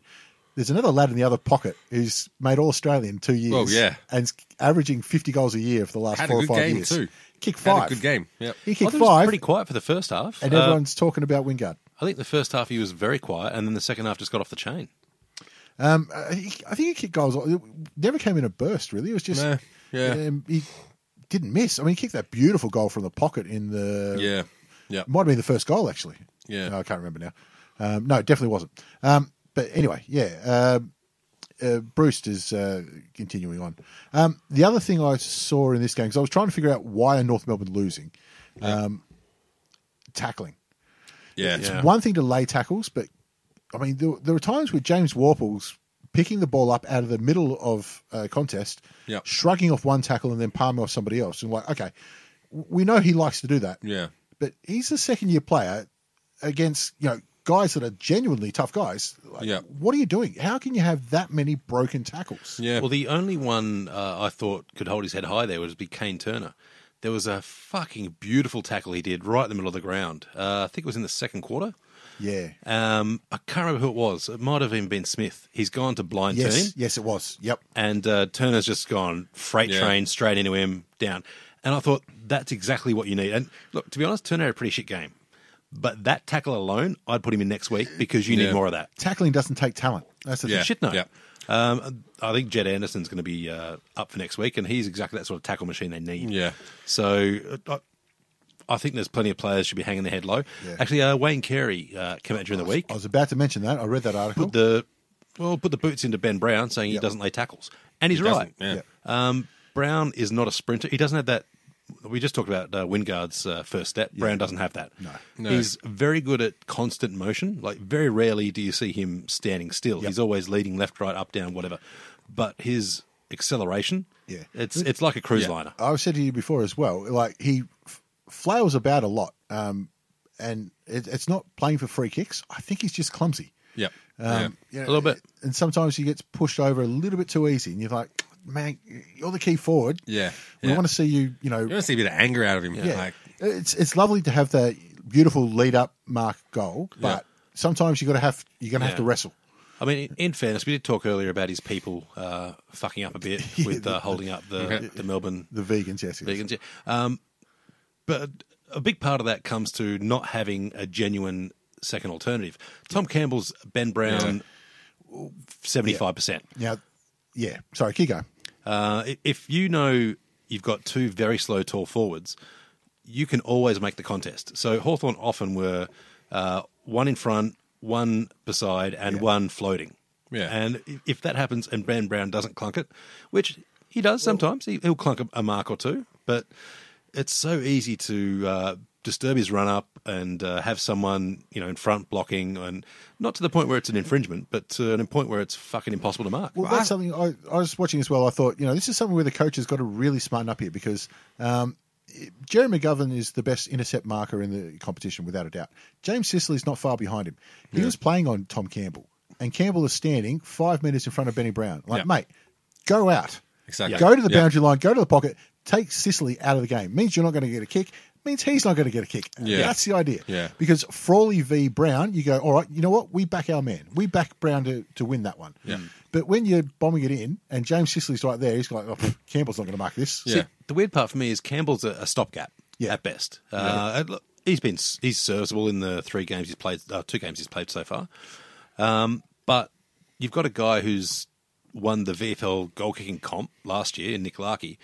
A: There's another lad in the other pocket who's made All Australian in two years.
B: Oh, yeah.
A: and is averaging 50 goals a year for the last
B: Had a
A: four or
B: good
A: five
B: game,
A: years.
B: too.
A: Kick
B: Had a
A: five.
B: good game. Yep.
A: He
C: I
A: kicked
C: thought he was
A: five,
C: pretty quiet for the first half.
A: and
C: Uh,
A: everyone's talking about Wingard.
C: I think the first half he was very quiet, and then the second half just got off the chain.
A: Um, uh, he, I think he kicked goals. It never came in a burst. Really, it was just
B: Nah, yeah.
A: Um, he didn't miss. I mean, he kicked that beautiful goal from the pocket in the
B: Yeah. Yeah.
A: Might have been the first goal, actually.
B: Yeah.
A: No, I can't remember now. Um, no, it definitely wasn't. Um, but anyway, yeah. Um, uh, Bruce is uh, continuing on. Um, the other thing I saw in this game, because I was trying to figure out why are North Melbourne losing, um, tackling.
B: Yeah.
C: Yeah.
A: It's one thing to lay tackles, but I mean, there, there were times where James Warple's picking the ball up out of the middle of a contest,
B: Yep.
A: shrugging off one tackle and then palming off somebody else. And like, okay, w- we know he likes to do that
B: Yeah.
A: but he's a second year player against you know guys that are genuinely tough guys. Like,
B: Yeah.
A: What are you doing? How can you have that many broken tackles?
B: Yeah.
C: Well, the only one uh, I thought could hold his head high there would be Kane Turner. There was a fucking beautiful tackle he did right in the middle of the ground. Uh, I think it was in the second quarter.
A: Yeah.
C: Um, I can't remember who it was. It might have even been Smith. He's gone to blind
A: Yes.
C: turn,
A: Yes, it was. Yep.
C: and uh, Turner's just gone freight
B: Yeah.
C: train straight into him down. And I thought that's exactly what you need. And look, to be honest, Turner had a pretty shit game, but that tackle alone, I'd put him in next week because you
B: Yeah.
C: need more of that.
A: Tackling doesn't take talent. That's the
B: Yeah.
A: thing.
C: Shit, no.
B: Yeah.
C: Um, I think Jed Anderson's going to be uh, up for next week, and he's exactly that sort of tackle machine they need.
B: Yeah.
C: So uh, I, I think there's plenty of players should be hanging their head low.
A: Yeah.
C: Actually, uh, Wayne Carey uh, came out during the week,
A: I was about to mention that. I read that article.
C: put the well, put the boots into Ben Brown, saying he doesn't lay tackles, and he's right.
B: doesn't, yeah.
C: Um, Brown is not a sprinter. He doesn't have that we just talked about uh, Wingard's uh, first step. Brown doesn't have that. No.
B: No.
C: he's very good at constant motion. Like very rarely do you see him standing still. He's always leading left, right, up, down, whatever. But his acceleration,
A: Yeah.
C: it's it's like a cruise
B: Yeah.
C: liner.
A: I've said to you before as well. Like he f- flails about a lot, um, and it, it's not playing for free kicks. I think he's just clumsy.
B: Yep.
A: Um, you know,
C: A little bit.
A: and sometimes he gets pushed over a little bit too easy, and you're like, "Man, you're the key forward.
B: Yeah,
A: we
B: yeah.
A: want to see you. You know,
B: You want to see a bit of anger out of him.
A: yeah,
B: Like,
A: it's it's lovely to have that beautiful lead up mark goal, but sometimes you got to have you're going to have to
C: Yeah.
A: wrestle.
C: I mean, in fairness, we did talk earlier about his people uh, fucking up a bit with uh, holding up the, the Melbourne
A: The vegans, yes, yes.
C: vegans. Yeah. Um, but a big part of that comes to not having a genuine second alternative. Tom Campbell's Ben Brown, seventy-five percent.
A: Now, yeah, sorry, keep going.
C: Uh, i- if you know you've got two very slow tall forwards, you can always make the contest. So Hawthorn often were uh, one in front, one beside, and one floating.
B: Yeah.
C: And i- if that happens and Ben Brown doesn't clunk it, which he does sometimes, he, he'll clunk a, a mark or two, but it's so easy to uh, disturb his run up and uh, have someone you know in front blocking, and not to the point where it's an infringement, but to a point where it's fucking impossible to mark.
A: Well, that's something I, I was watching as well. I thought, you know, this is something where the coach has got to really smarten up here because um, Jerry McGovern is the best intercept marker in the competition, without a doubt. James Sicily's not far behind him. He was playing on Tom Campbell, and Campbell is standing five metres in front of Benny Brown. Like,
B: Yeah.
A: mate, go out.
B: Exactly.
A: Go to the
B: Yeah.
A: boundary line, go to the pocket, take Sicily out of the game. Means you're not going to get a kick. Means he's not going to get a kick.
B: Yeah.
A: That's the idea.
B: Yeah.
A: Because Frawley v Brown, you go, all right, you know what? We back our man. We back Brown to, to win that one.
B: Yeah.
A: But when you're bombing it in and James Sicily's right there, he's like, oh, pff, Campbell's not going to mark this.
B: Yeah.
C: The weird part for me is Campbell's a, a stopgap
A: Yeah.
C: at best. Uh, and look, He's been s- he's serviceable in the three games he's played, uh, two games he's played so far. Um, but you've got a guy who's won the VFL goal kicking comp last year in Nick Larkey.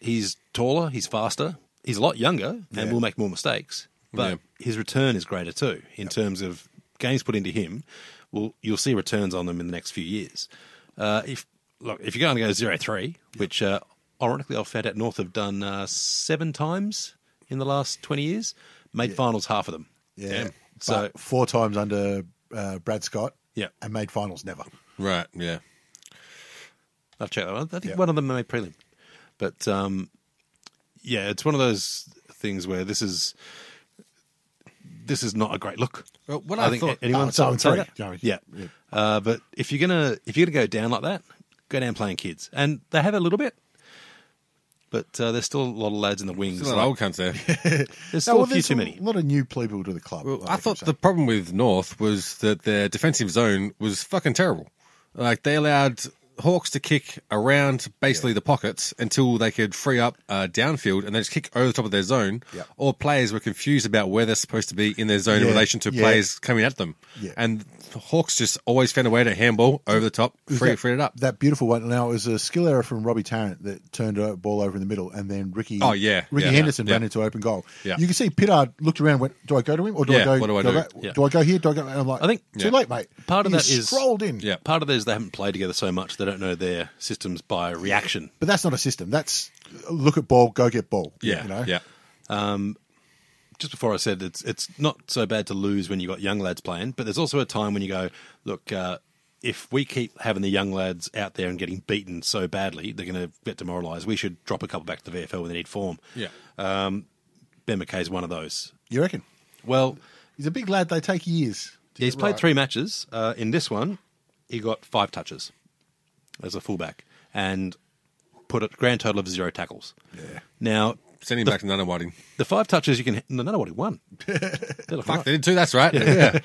C: He's taller, he's faster, he's a lot younger, and will make more mistakes. But his return is greater too in terms of games put into him. Well, you'll see returns on them in the next few years. Uh, if look, if you're going to go zero three, which uh, ironically I've found out North have done uh, seven times in the last twenty years, made finals half of them.
A: Yeah.
C: So
A: But four times under uh, Brad Scott.
C: Yeah.
A: And made finals never.
B: right. Yeah.
C: I've checked that one. I think one of them made prelim, but um, yeah, it's one of those things where this is this is not a great look.
B: Well, what I thought-
A: Oh,
C: anyone
A: it's on
C: would say
A: three.
C: that.
A: Sorry.
C: Yeah, Uh, but if you're gonna if you're gonna go down like that, go down playing kids, and they have a little bit. But uh, there's still a lot of lads in the wings.
B: Still an
C: like-
B: old cunt there.
C: there's
A: No,
C: still
A: well,
C: a few
A: there's
C: too many.
A: A lot of new people to the club.
B: Well,
A: like
B: I
A: I'm
B: thought
A: saying.
B: the problem with North was that their defensive zone was fucking terrible. Like they allowed Hawks to kick around basically the pockets until they could free up uh, downfield and then just kick over the top of their zone.
A: Yeah.
B: Or players were confused about where they're supposed to be in their zone in
A: Yeah,
B: relation to
A: yeah.
B: players coming at them.
A: Yeah.
B: And Hawks just always found a way to handball over the top, free,
A: that-
B: free it up.
A: That beautiful one. Now, it was a skill error from Robbie Tarrant that turned a ball over in the middle, and then Ricky.
B: Oh, yeah.
A: Ricky
B: Yeah.
A: Henderson
B: Yeah.
A: ran into open goal.
B: Yeah.
A: You can see Pittard looked around. and Went, do I go to him or do I
B: Yeah,
A: go?
B: what do I do?
A: go,
C: Yeah.
A: do I go here? Do I go? And I'm like,
C: I think-
A: too
B: Yeah.
A: late, mate.
C: Part of
A: You
C: that is-
A: strolled in.
B: Yeah.
C: Part of it is they haven't played together so much they don't know their systems by reaction.
A: but that's not a system. That's look at ball, go get ball.
B: yeah.
A: you know?
B: Yeah.
C: just before I said it's it's not so bad to lose when you got young lads playing, but there's also a time when you go, look, uh, if we keep having the young lads out there and getting beaten so badly, they're going to get demoralised. We should drop a couple back to the VFL when they need form.
B: Yeah.
C: Ben McKay's one of those.
A: You reckon?
C: Well,
A: He's a big lad. They take years. to
C: he's
A: get
C: played
A: right.
C: three matches. Uh, in this one, he got five touches as a fullback and put a grand total of zero tackles. Yeah. Now,
B: Send him
C: the,
B: back to Nana Whiting.
C: the five touches you can. No, no, what he won.
B: Fuck, they did too. That's right.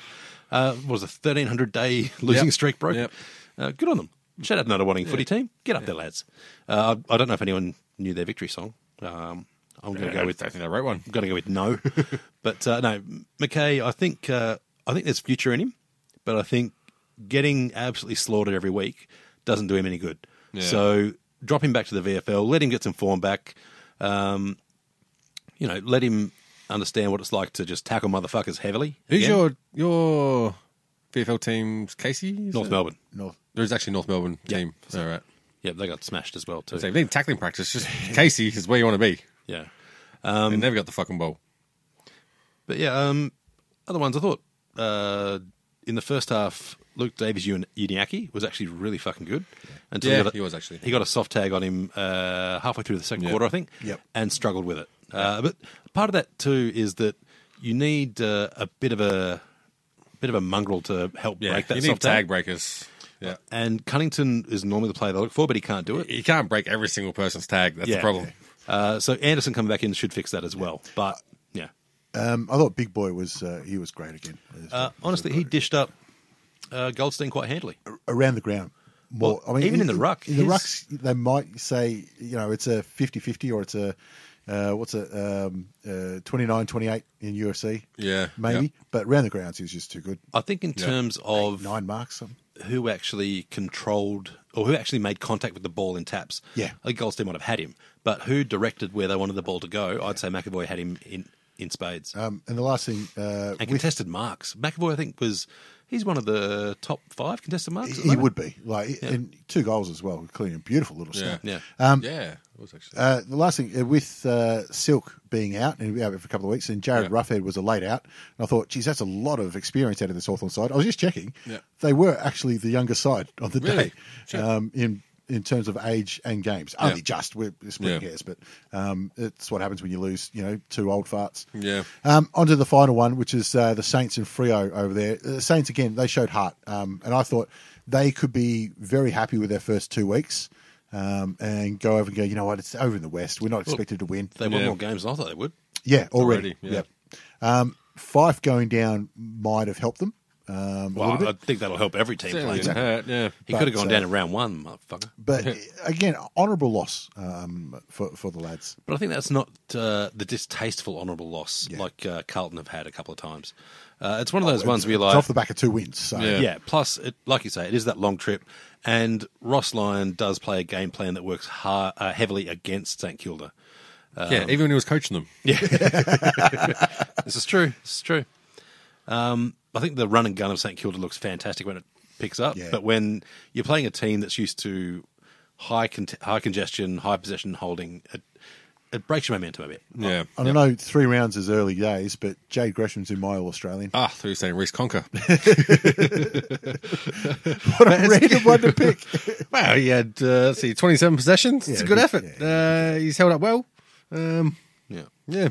B: Yeah.
C: uh, what was a 1300 day losing
B: Yep.
C: streak broke.
B: Yep.
C: Uh, good on them. Shout out to another Wadding footy team. Get up there, lads. Uh, I, I don't know if anyone knew their victory song. Um, I'm going to go with
B: I think I wrote one.
C: I'm going to go with no, but uh, no, McKay. I think uh, I think there's future in him, but I think getting absolutely slaughtered every week doesn't do him any good.
B: Yeah.
C: So drop him back to the VFL. Let him get some form back. Um, you know, let him understand what it's like to just tackle motherfuckers heavily.
B: Who's
C: again.
B: your your VFL team's Casey? Is
C: North
B: it?
C: Melbourne?
A: North.
B: There's actually North Melbourne team. All right.
C: Yeah, they got smashed as well too.
B: So if you need tackling practice, just Casey is where you want to be.
C: Yeah.
B: they never got the fucking ball.
C: But yeah, um, other ones I thought uh, in the first half, Luke Davies Uni- Uniaki was actually really fucking good. Until
B: Yeah,
C: got a,
B: he was actually.
C: He got a soft tag on him uh, halfway through the second
B: Yeah.
C: quarter, I think,
A: Yep.
C: and struggled with it. Uh, but part of that too is that you need uh, a bit of a bit of a mongrel to help
B: Yeah,
C: break that
B: you
C: soft Uh,
B: need tag breakers. Yeah,
C: And Cunnington is normally the player they look for, but he can't do it.
B: you can't break every single person's tag. That's
C: Yeah.
B: the problem.
C: Uh, so Anderson coming back in should fix that as well. But yeah,
A: Um, I thought Big Boy was uh, he was great again.
C: uh, honestly, he dished up uh, Goldstein quite handily.
A: around the ground. More,
C: Well, even in the ruck,
A: in the
C: his-
A: rucks, they might say you know it's a 50-50 or it's a uh, what's it um, uh, 29-28 in UFC.
B: Yeah,
A: maybe.
B: yeah.
A: But around the grounds, he was just too good.
C: I think in
B: Yeah.
C: terms of
A: Nine marks. Something.
C: who actually controlled or who actually made contact with the ball in taps.
A: Yeah.
C: I think Goldstein might have had him, but who directed where they wanted the ball to go? I'd say McAvoy had him in in spades
A: Um, and the last thing, uh,
C: and contested marks. McAvoy, I think, was he's one of the top five contested marks. at the
A: he
C: moment.
A: would be like and two goals as well, including a beautiful little
B: Yeah,
A: snap.
C: Yeah.
A: Um,
B: yeah, it was actually.
A: Uh, the last thing uh, with uh, Silk being out and out for a couple of weeks, and Jared
B: Yeah.
A: Roughhead was a late out, and I thought, geez, that's a lot of experience out of this Hawthorn side. I was just checking;
B: Yeah.
A: they were actually the younger side on the
B: Really?
A: day
B: Sure.
A: um, in in terms of age and games. Only
B: Yeah.
A: just we're we're splitting
B: Yeah.
A: hairs, but um, it's what happens when you lose, you know, two old farts.
B: Yeah.
A: Um, on to the final one, which is uh, the Saints and Frio over there. Uh, The Saints again, they showed heart, um, and I thought they could be very happy with their first two weeks um, and go over and go. You know what? It's over in the West. We're not expected to win.
C: They won
B: Yeah.
C: more games than I thought they would.
A: yeah, already.
B: Already, yeah.
A: Yep. Um, Fife going down might have helped them. Um, a little
C: Well,
A: bit.
C: I think that'll help every team.
B: Certainly
C: Play.
B: didn't hurt, yeah.
C: He could have gone
A: But, uh,
C: down in round one, motherfucker.
A: But again, honourable loss um, for for the lads.
C: But I think that's not uh, the distasteful honourable loss
A: Yeah.
C: like uh, Carlton have had a couple of times. Uh, it's one of those ones where you're
A: It's
C: like,
A: off the back of two wins. So
B: Yeah.
C: yeah. Plus, it, like you say, it is that long trip, and Ross Lyon does play a game plan that works hard, uh, heavily against St Kilda. Um,
B: yeah, even when he was coaching them.
C: This is true. This is true. Um, I think the run and gun of St Kilda looks fantastic when it picks up,
A: Yeah.
C: but when you're playing a team that's used to high con- high congestion, high possession holding, it, it breaks your momentum a bit.
B: Yeah.
A: I don't know. Three rounds is early days, but Jade Gresham's in my All Australian.
B: Ah, through saying Reese Conker.
A: What a random one to pick.
B: wow, he had uh, let's see, twenty-seven possessions. it's
A: Yeah,
B: a good
A: he-
B: effort. Uh, he's held up well. Um,
C: Yeah.
B: yeah,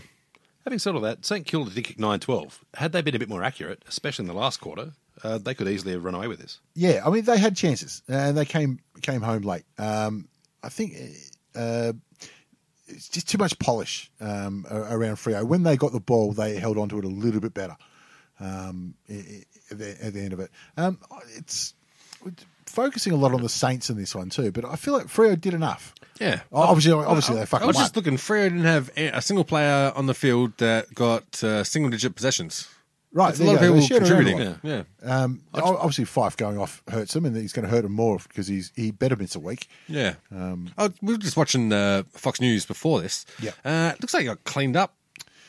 C: Having said all that, St Kilda did kick nine twelve. Had they been a bit more accurate, especially in the last quarter, uh, they could easily have run away with this.
A: Yeah, I mean they had chances and they came came home late. Um, I think uh, it's just too much polish um, a- around Frio. When they got the ball, they held onto it a little bit better um, i- i- at, the, at the end of it. Um, it's focusing a lot on the Saints in this one too, but I feel like Frio did enough.
B: yeah.
A: Obviously, obviously they fucking
B: I was
A: won.
B: just looking. Freo didn't have a a single player on the field that got uh, single-digit possessions.
A: right,
B: That's a
A: there
B: lot
A: you
B: of
A: go. They
B: people
A: shared around a
B: contributing.
A: lot.
B: Yeah, yeah.
A: Um, obviously, Fife going off hurts him, and he's going to hurt him more because he's he better miss a week.
B: Yeah. oh, we were just watching uh, Fox News before this.
A: Um, Yeah.
B: Uh, looks like he got cleaned up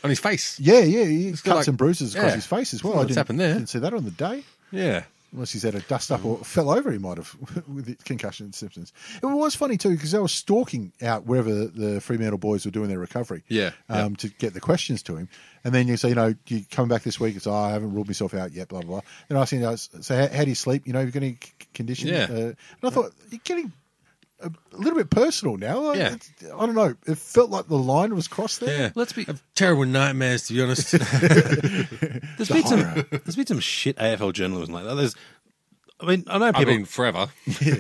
B: on his face.
A: Yeah, yeah, he cuts
B: got like-
A: and bruises across
B: yeah.
A: his face as
B: Don't
A: well.
B: know
A: I
B: what's
A: didn't,
B: happened there.
A: didn't see that on the day.
B: Yeah.
A: Unless he's had a dust up or fell over, he might have with concussion symptoms. It was funny too because they were stalking out wherever the, the Fremantle boys were doing their recovery.
B: Yeah,
A: um, to get the questions to him, and then you say, you know, you coming back this week? It's oh, I haven't ruled myself out yet. Blah blah. blah. They're asking, you know, uh, so how, how do you sleep? You know, you've got any c- condition?
B: Yeah.
A: Uh, and I thought you're getting a, a little bit personal now. Like,
B: Yeah.
A: it's- I don't know. It felt like the line was crossed there.
B: Yeah.
C: Let's be-
B: I have terrible nightmares, to be honest.
C: There's been some. There's been some shit AFL journalism like that. There's. I mean, I know
B: I
C: people.
B: mean, forever.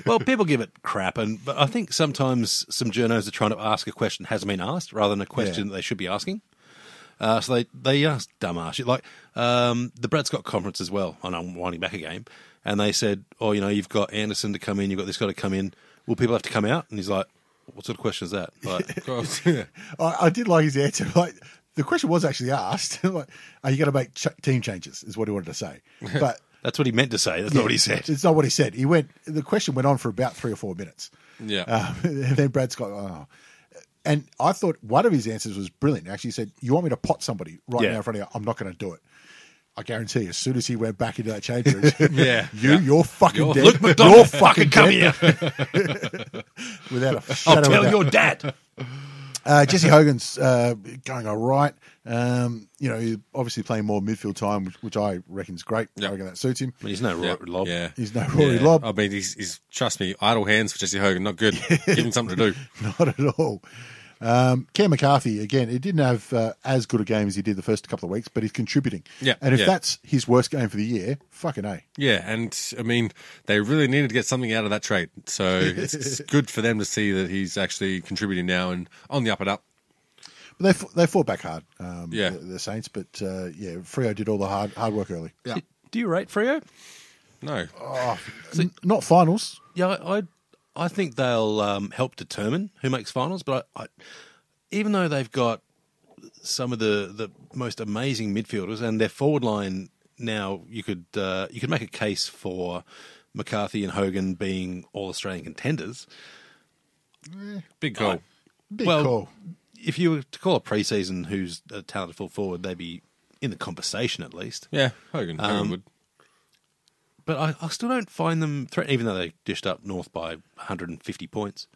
C: well, people give it crap, and but I think sometimes some journos are trying to ask a question that hasn't been asked, rather than a question
A: Yeah.
C: that they should be asking. Uh, so they they ask dumb ass shit. Like um, the Brad Scott conference as well. And I'm winding back again, and they said, "Oh, you know, you've got Anderson to come in, you've got this guy to come in. Will people have to come out?" And he's like, "What sort of question is that?" Like,
B: yeah.
A: I, I did like his answer. Like the question was actually asked: like, "Are you going to make ch- team changes?" Is what he wanted to say, but
C: that's what he meant to say. That's not what he said.
A: It's not what he said. He went. The question went on for about three or four minutes.
B: Yeah.
A: Um, and then Brad Scott. Oh. And I thought one of his answers was brilliant. Actually, he said, "You want me to pot somebody right
C: Yeah.
A: now in front of you? I'm not going to do it." I guarantee. you, As soon as he went back into that change room,
B: Yeah.
A: you,
B: Yeah.
A: you're fucking
B: You're-
A: dead.
C: Luke McDonald, fucking come here.
A: without a shadow
C: I'll
A: of a
C: tell
A: doubt.
C: your dad.
A: Uh, Jesse Hogan's uh, going all right. Um, you know, he's obviously playing more midfield time, which, which I reckon is great. I
B: Yeah.
A: reckon that suits him.
C: I mean, he's no
B: Yeah.
C: right lob.
B: Yeah.
A: He's no Rory Lobb.
B: I mean, he's, he's trust me, idle hands for Jesse Hogan, not good. Give him something to do.
A: Not at all. Um, Cam McCarthy again. He didn't have uh, as good a game as he did the first couple of weeks, but he's contributing.
B: Yeah,
A: and if
B: yeah.
A: that's his worst game for the year, fucking a.
B: Yeah, and I mean, they really needed to get something out of that trade. So it's, it's good for them to see that he's actually contributing now and on the up and up.
A: But they f- they fought back hard. Um,
B: Yeah.
A: the, the Saints, but uh, yeah, Frio did all the hard hard work early. Oh,
C: Do, do you rate Frio?
B: No.
A: N- not finals.
C: Yeah, I I, I think they'll um, help determine who makes finals. But I, I, even though they've got some of the, the most amazing midfielders and their forward line now, you could uh, you could make a case for McCarthy and Hogan being all Australian contenders.
B: Big goal.
A: Big
C: Well-
A: call.
C: If you were to call a preseason who's a talented full forward, they'd be in the conversation at least.
B: Yeah, Hogan. Hogan
C: Um,
B: would.
C: But I, I still don't find them threatening, even though they dished up North by 150 points.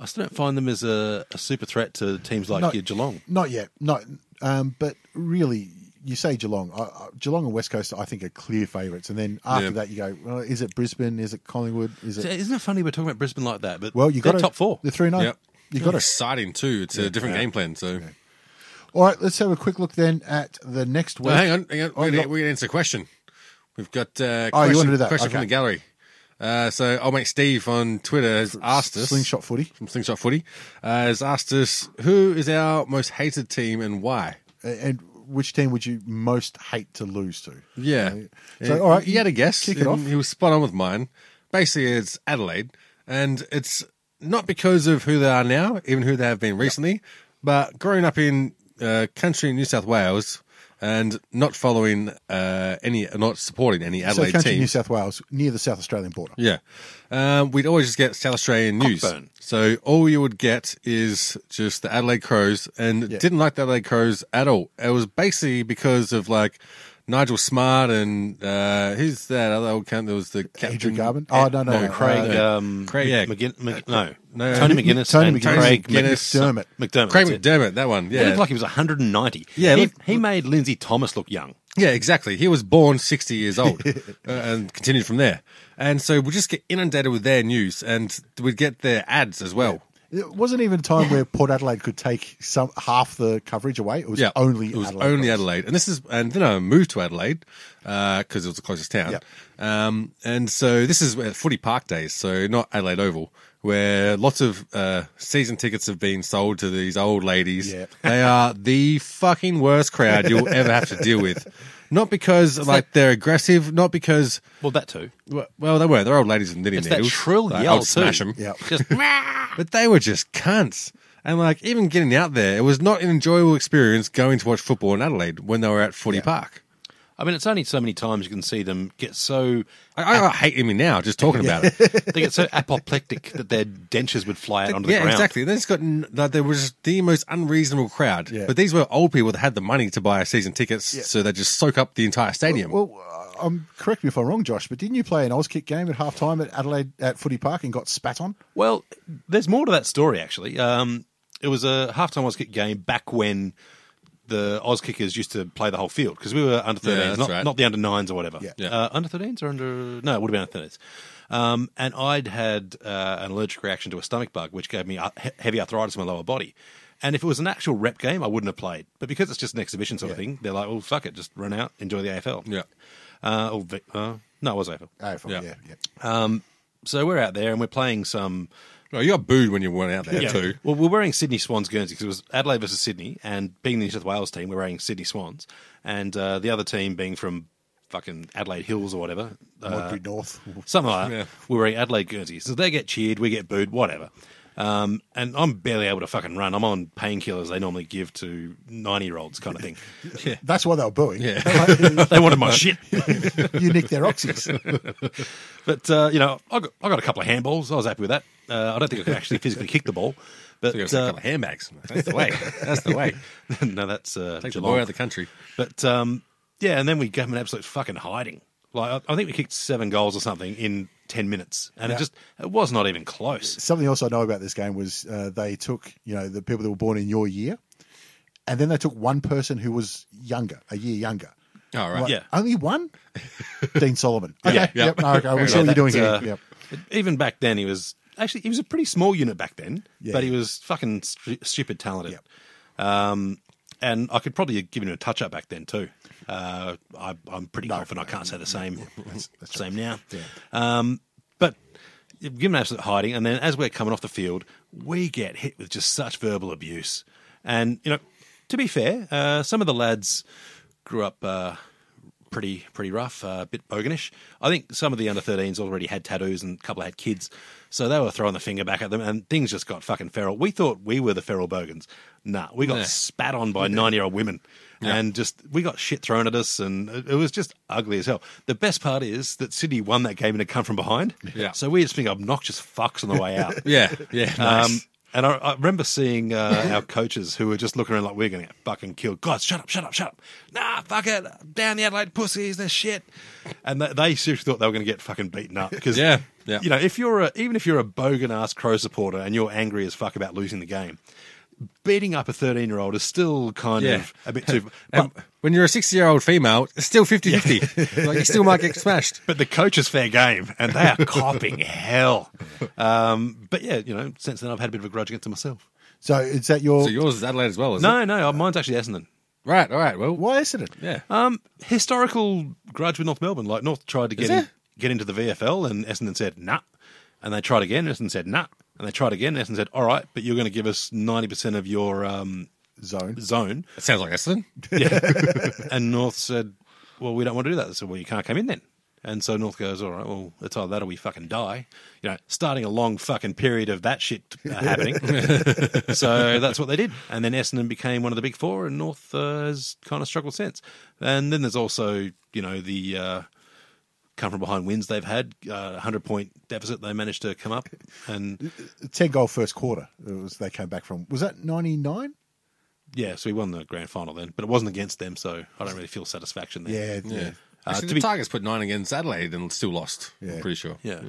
C: I still don't find them as a, a super threat to teams like
A: Not-
C: your Geelong.
A: Not yet. Not. Um, but really, you say Geelong. I, I, Geelong and West Coast, I think, are clear favourites. And then after
B: Yeah.
A: that, you go. Well, is it Brisbane? Is it Collingwood? Is
C: So
A: it?
C: Isn't it funny we're talking about Brisbane like that? But
A: Well, you
C: they're
A: got to,
C: top four.
A: The three and oh.
B: Yep.
A: uh, You got to.
B: Exciting, too. It's a different game plan. So
A: All right. Let's have a quick look then at the next week.
B: Well, hang on. Hang on.
A: Oh,
B: We're
A: not-
B: going to answer a question. We've got uh,
A: Oh,
B: question,
A: you wanna do that.
B: question from
A: Okay.
B: the gallery. Uh, so, old mate Steve on Twitter has asked us.
A: Slingshot footy.
B: From Slingshot Footy uh, has asked us who is our most hated team and why.
A: A- And which team would you most hate to lose to?
B: Yeah.
A: So,
B: Yeah,
A: all right,
B: He had a guess.
A: kick it off.
B: and He was spot on with mine. Basically, it's Adelaide, and it's not because of who they are now, even who they have been recently, but growing up in uh, country New South Wales and not following uh, any, not supporting any
A: So
B: Adelaide
A: country
B: team.
A: New South Wales near the South Australian border.
B: Yeah. Um, we'd always just get South Australian news.
C: Cockburn.
B: So all you would get is just the Adelaide Crows and didn't like the Adelaide Crows at all. It was basically because of like Nigel Smart and uh, who's that other old cunt that was the captain?
A: Adrian Garvin. Oh no no,
B: no,
A: no
C: Craig,
A: uh,
C: um,
B: Craig, yeah.
C: McGinn, Mc, no,
B: No.
C: Tony McGinnis,
A: Tony
C: and
A: McGinnis.
C: Craig
B: Tony
C: McDermott.
A: McDermott.
C: McDermott.
B: Craig
C: that's it.
B: McDermott, that one.
C: He
B: Yeah.
C: looked like he was 190.
B: Yeah,
C: he,
B: look-
C: he made Lindsay Thomas look young.
B: Yeah, exactly. He was born 60 years old uh, and continued from there. And so we just get inundated with their news and we'd get their ads as well.
A: It wasn't even a time where Port Adelaide could take some half the coverage away. It was only
B: it was
A: Adelaide.
B: only
A: Cross.
B: Adelaide, and this is and then I moved to Adelaide because it was the closest town, um, and so this is where Footy Park days, so not Adelaide Oval, where lots of uh, season tickets have been sold to these old ladies.
A: Yeah.
B: They are the fucking worst crowd you'll ever have to deal with. Not because like they're aggressive, not because
C: Well, that too.
B: well, well they were they're old ladies with knitting
C: It's that
B: needles.
C: shrill
B: Like,
C: yell
B: I'd smash
C: too.
B: them.
A: Yeah.
C: Just
B: But they were just cunts. And like even getting out there, it was not an enjoyable experience going to watch football in Adelaide when they were at Footy Park.
C: I mean, it's only so many times you can see them get so
B: I, I, I hate him now just talking about it.
C: they get so apoplectic that their dentures would fly out onto the
B: yeah,
C: ground.
B: exactly. They just got n- like they were just the most unreasonable crowd.
A: Yeah.
B: But these were old people that had the money to buy season tickets, so they just soak up the entire stadium.
A: Well, uh, um, correct me if I'm wrong, Josh, but didn't you play an Auskick game at halftime at Adelaide at Footy Park and got spat on?
C: Well, there's more to that story actually. Um, it was a halftime Auskick game back when the Oz kickers used to play the whole field because we were under 13s,
B: Yeah, that's
C: not,
B: right.
C: not the under nines or whatever.
A: Yeah.
B: Yeah.
C: Uh, under 13s or under no, it would have been under 13s. Um, and I'd had uh, an allergic reaction to a stomach bug, which gave me uh, he- heavy arthritis in my lower body. And if it was an actual rep game, I wouldn't have played. But because it's just an exhibition sort of thing, they're like, "Well, fuck it, just run out, enjoy the AFL."
B: Yeah.
C: Uh, or, Vic- uh, no, it was AFL.
A: Oh, yeah.
B: Yeah.
A: yeah, yeah.
C: So we're out there and we're playing some
B: Well, you got booed when you went out there too.
C: Well, we're wearing Sydney Swans Guernsey because it was Adelaide versus Sydney, and being the New South Wales team, we're wearing Sydney Swans, and uh, the other team being from fucking Adelaide Hills or whatever, uh,
A: Modbury North.
C: something like that.
B: Yeah.
C: We're wearing Adelaide Guernsey, so they get cheered, we get booed, whatever. Um, and I'm barely able to fucking run. I'm on painkillers they normally give to nine year olds, kind of thing.
A: That's why they were booing.
C: they wanted my shit.
A: you nicked their oxys.
C: But uh, you know, I got, I got a couple of handballs. I was happy with that. Uh, I don't think I could actually physically kick the ball, but
B: You got a
C: uh,
B: couple of handbags. That's the way. That's the way.
C: no, that's uh,
B: Take the
C: Geelong.
B: boy out of the country.
C: But um, yeah, and then we gave him an absolute fucking hiding. Like I I think we kicked seven goals or something in ten minutes, and it just it was not even close.
A: Something else I know about this game was uh, they took you know the people that were born in your year, and then they took one person who was younger, a year younger.
B: All right.
A: Like,
C: yeah.
A: only one. Dean Solomon. Okay.
C: Yeah,
B: yeah.
A: Yep. no, okay. We
B: Fair
A: see what you're doing
B: enough.
C: That,
A: here.
C: uh,
A: yep.
C: Even back then, he was actually he was a pretty small unit back then,
A: Yeah.
C: but he was fucking st- stupid talented. Um, and I could probably have given him a touch up back then too. Uh, I, I'm pretty confident I can't say the same same now. Um, but you've given absolute hiding, and then as we're coming off the field, we get hit with just such verbal abuse. And you know, to be fair, uh, some of the lads grew up uh, pretty pretty rough, uh, a bit boganish. I think some of the under 13s already had tattoos, and a couple had kids, so they were throwing the finger back at them, and things just got fucking feral. We thought we were the feral bogans. Nah, we got
B: Yeah.
C: spat on by nine year old women. And just we got shit thrown at us, and it it was just ugly as hell. The best part is that Sydney won that game and had come from behind.
B: Yeah.
C: So we were just being obnoxious fucks on the way out.
B: Yeah, yeah. Nice.
C: Um, and I, I remember seeing uh, our coaches who were just looking around like we're going to get fucking killed. God, shut up, shut up, shut up. Nah, fuck it. Down the Adelaide pussies, they're shit. And they, they seriously thought they were going to get fucking beaten up because
B: Yeah, yeah.
C: you know if you're a, even if you're a bogan ass crow supporter and you're angry as fuck about losing the game, beating up a 13 year old is still kind
B: Yeah.
C: of a bit too. But,
B: And when you're a 60 year old female, it's still 50 50. like, you still might get smashed.
C: but the coach is fair game, and they are copping hell. Um, but yeah, you know, since then I've had a bit of a grudge against them myself.
A: So is that your
B: So yours is Adelaide as well, is it?
C: No, no, mine's actually Essendon.
B: Right, all right. Well,
A: why is it?
B: yeah.
C: Um, historical grudge with North Melbourne. Like North tried to get in,
B: there?
C: get into the VFL, and Essendon said nah, and they tried again. Essendon said nah, and they tried again. Essendon said, all right, but you're going to give us ninety percent of your um,
A: Zone.
C: zone.
B: It sounds like Essendon.
C: and North said, well, we don't want to do that. They said, well, you can't come in then. And so North goes, all right, well, it's either that or we fucking die. You know, starting a long fucking period of that shit uh, happening. so that's what they did. And then Essendon became one of the big four, and North uh, has kind of struggled since. And then there's also, you know, the uh, come from behind wins they've had, uh, 100 point deficit they managed to come up. And
A: Ten goal first quarter. It was they came back from. Was that ninety nine?
C: yeah, so we won the grand final then, but it wasn't against them, so I don't really feel satisfaction there.
A: Yeah, yeah.
C: Uh,
B: Actually,
C: to
B: the
C: be-
B: Tigers put nine against Adelaide and still lost.
A: Yeah.
B: I'm pretty sure.
C: Yeah.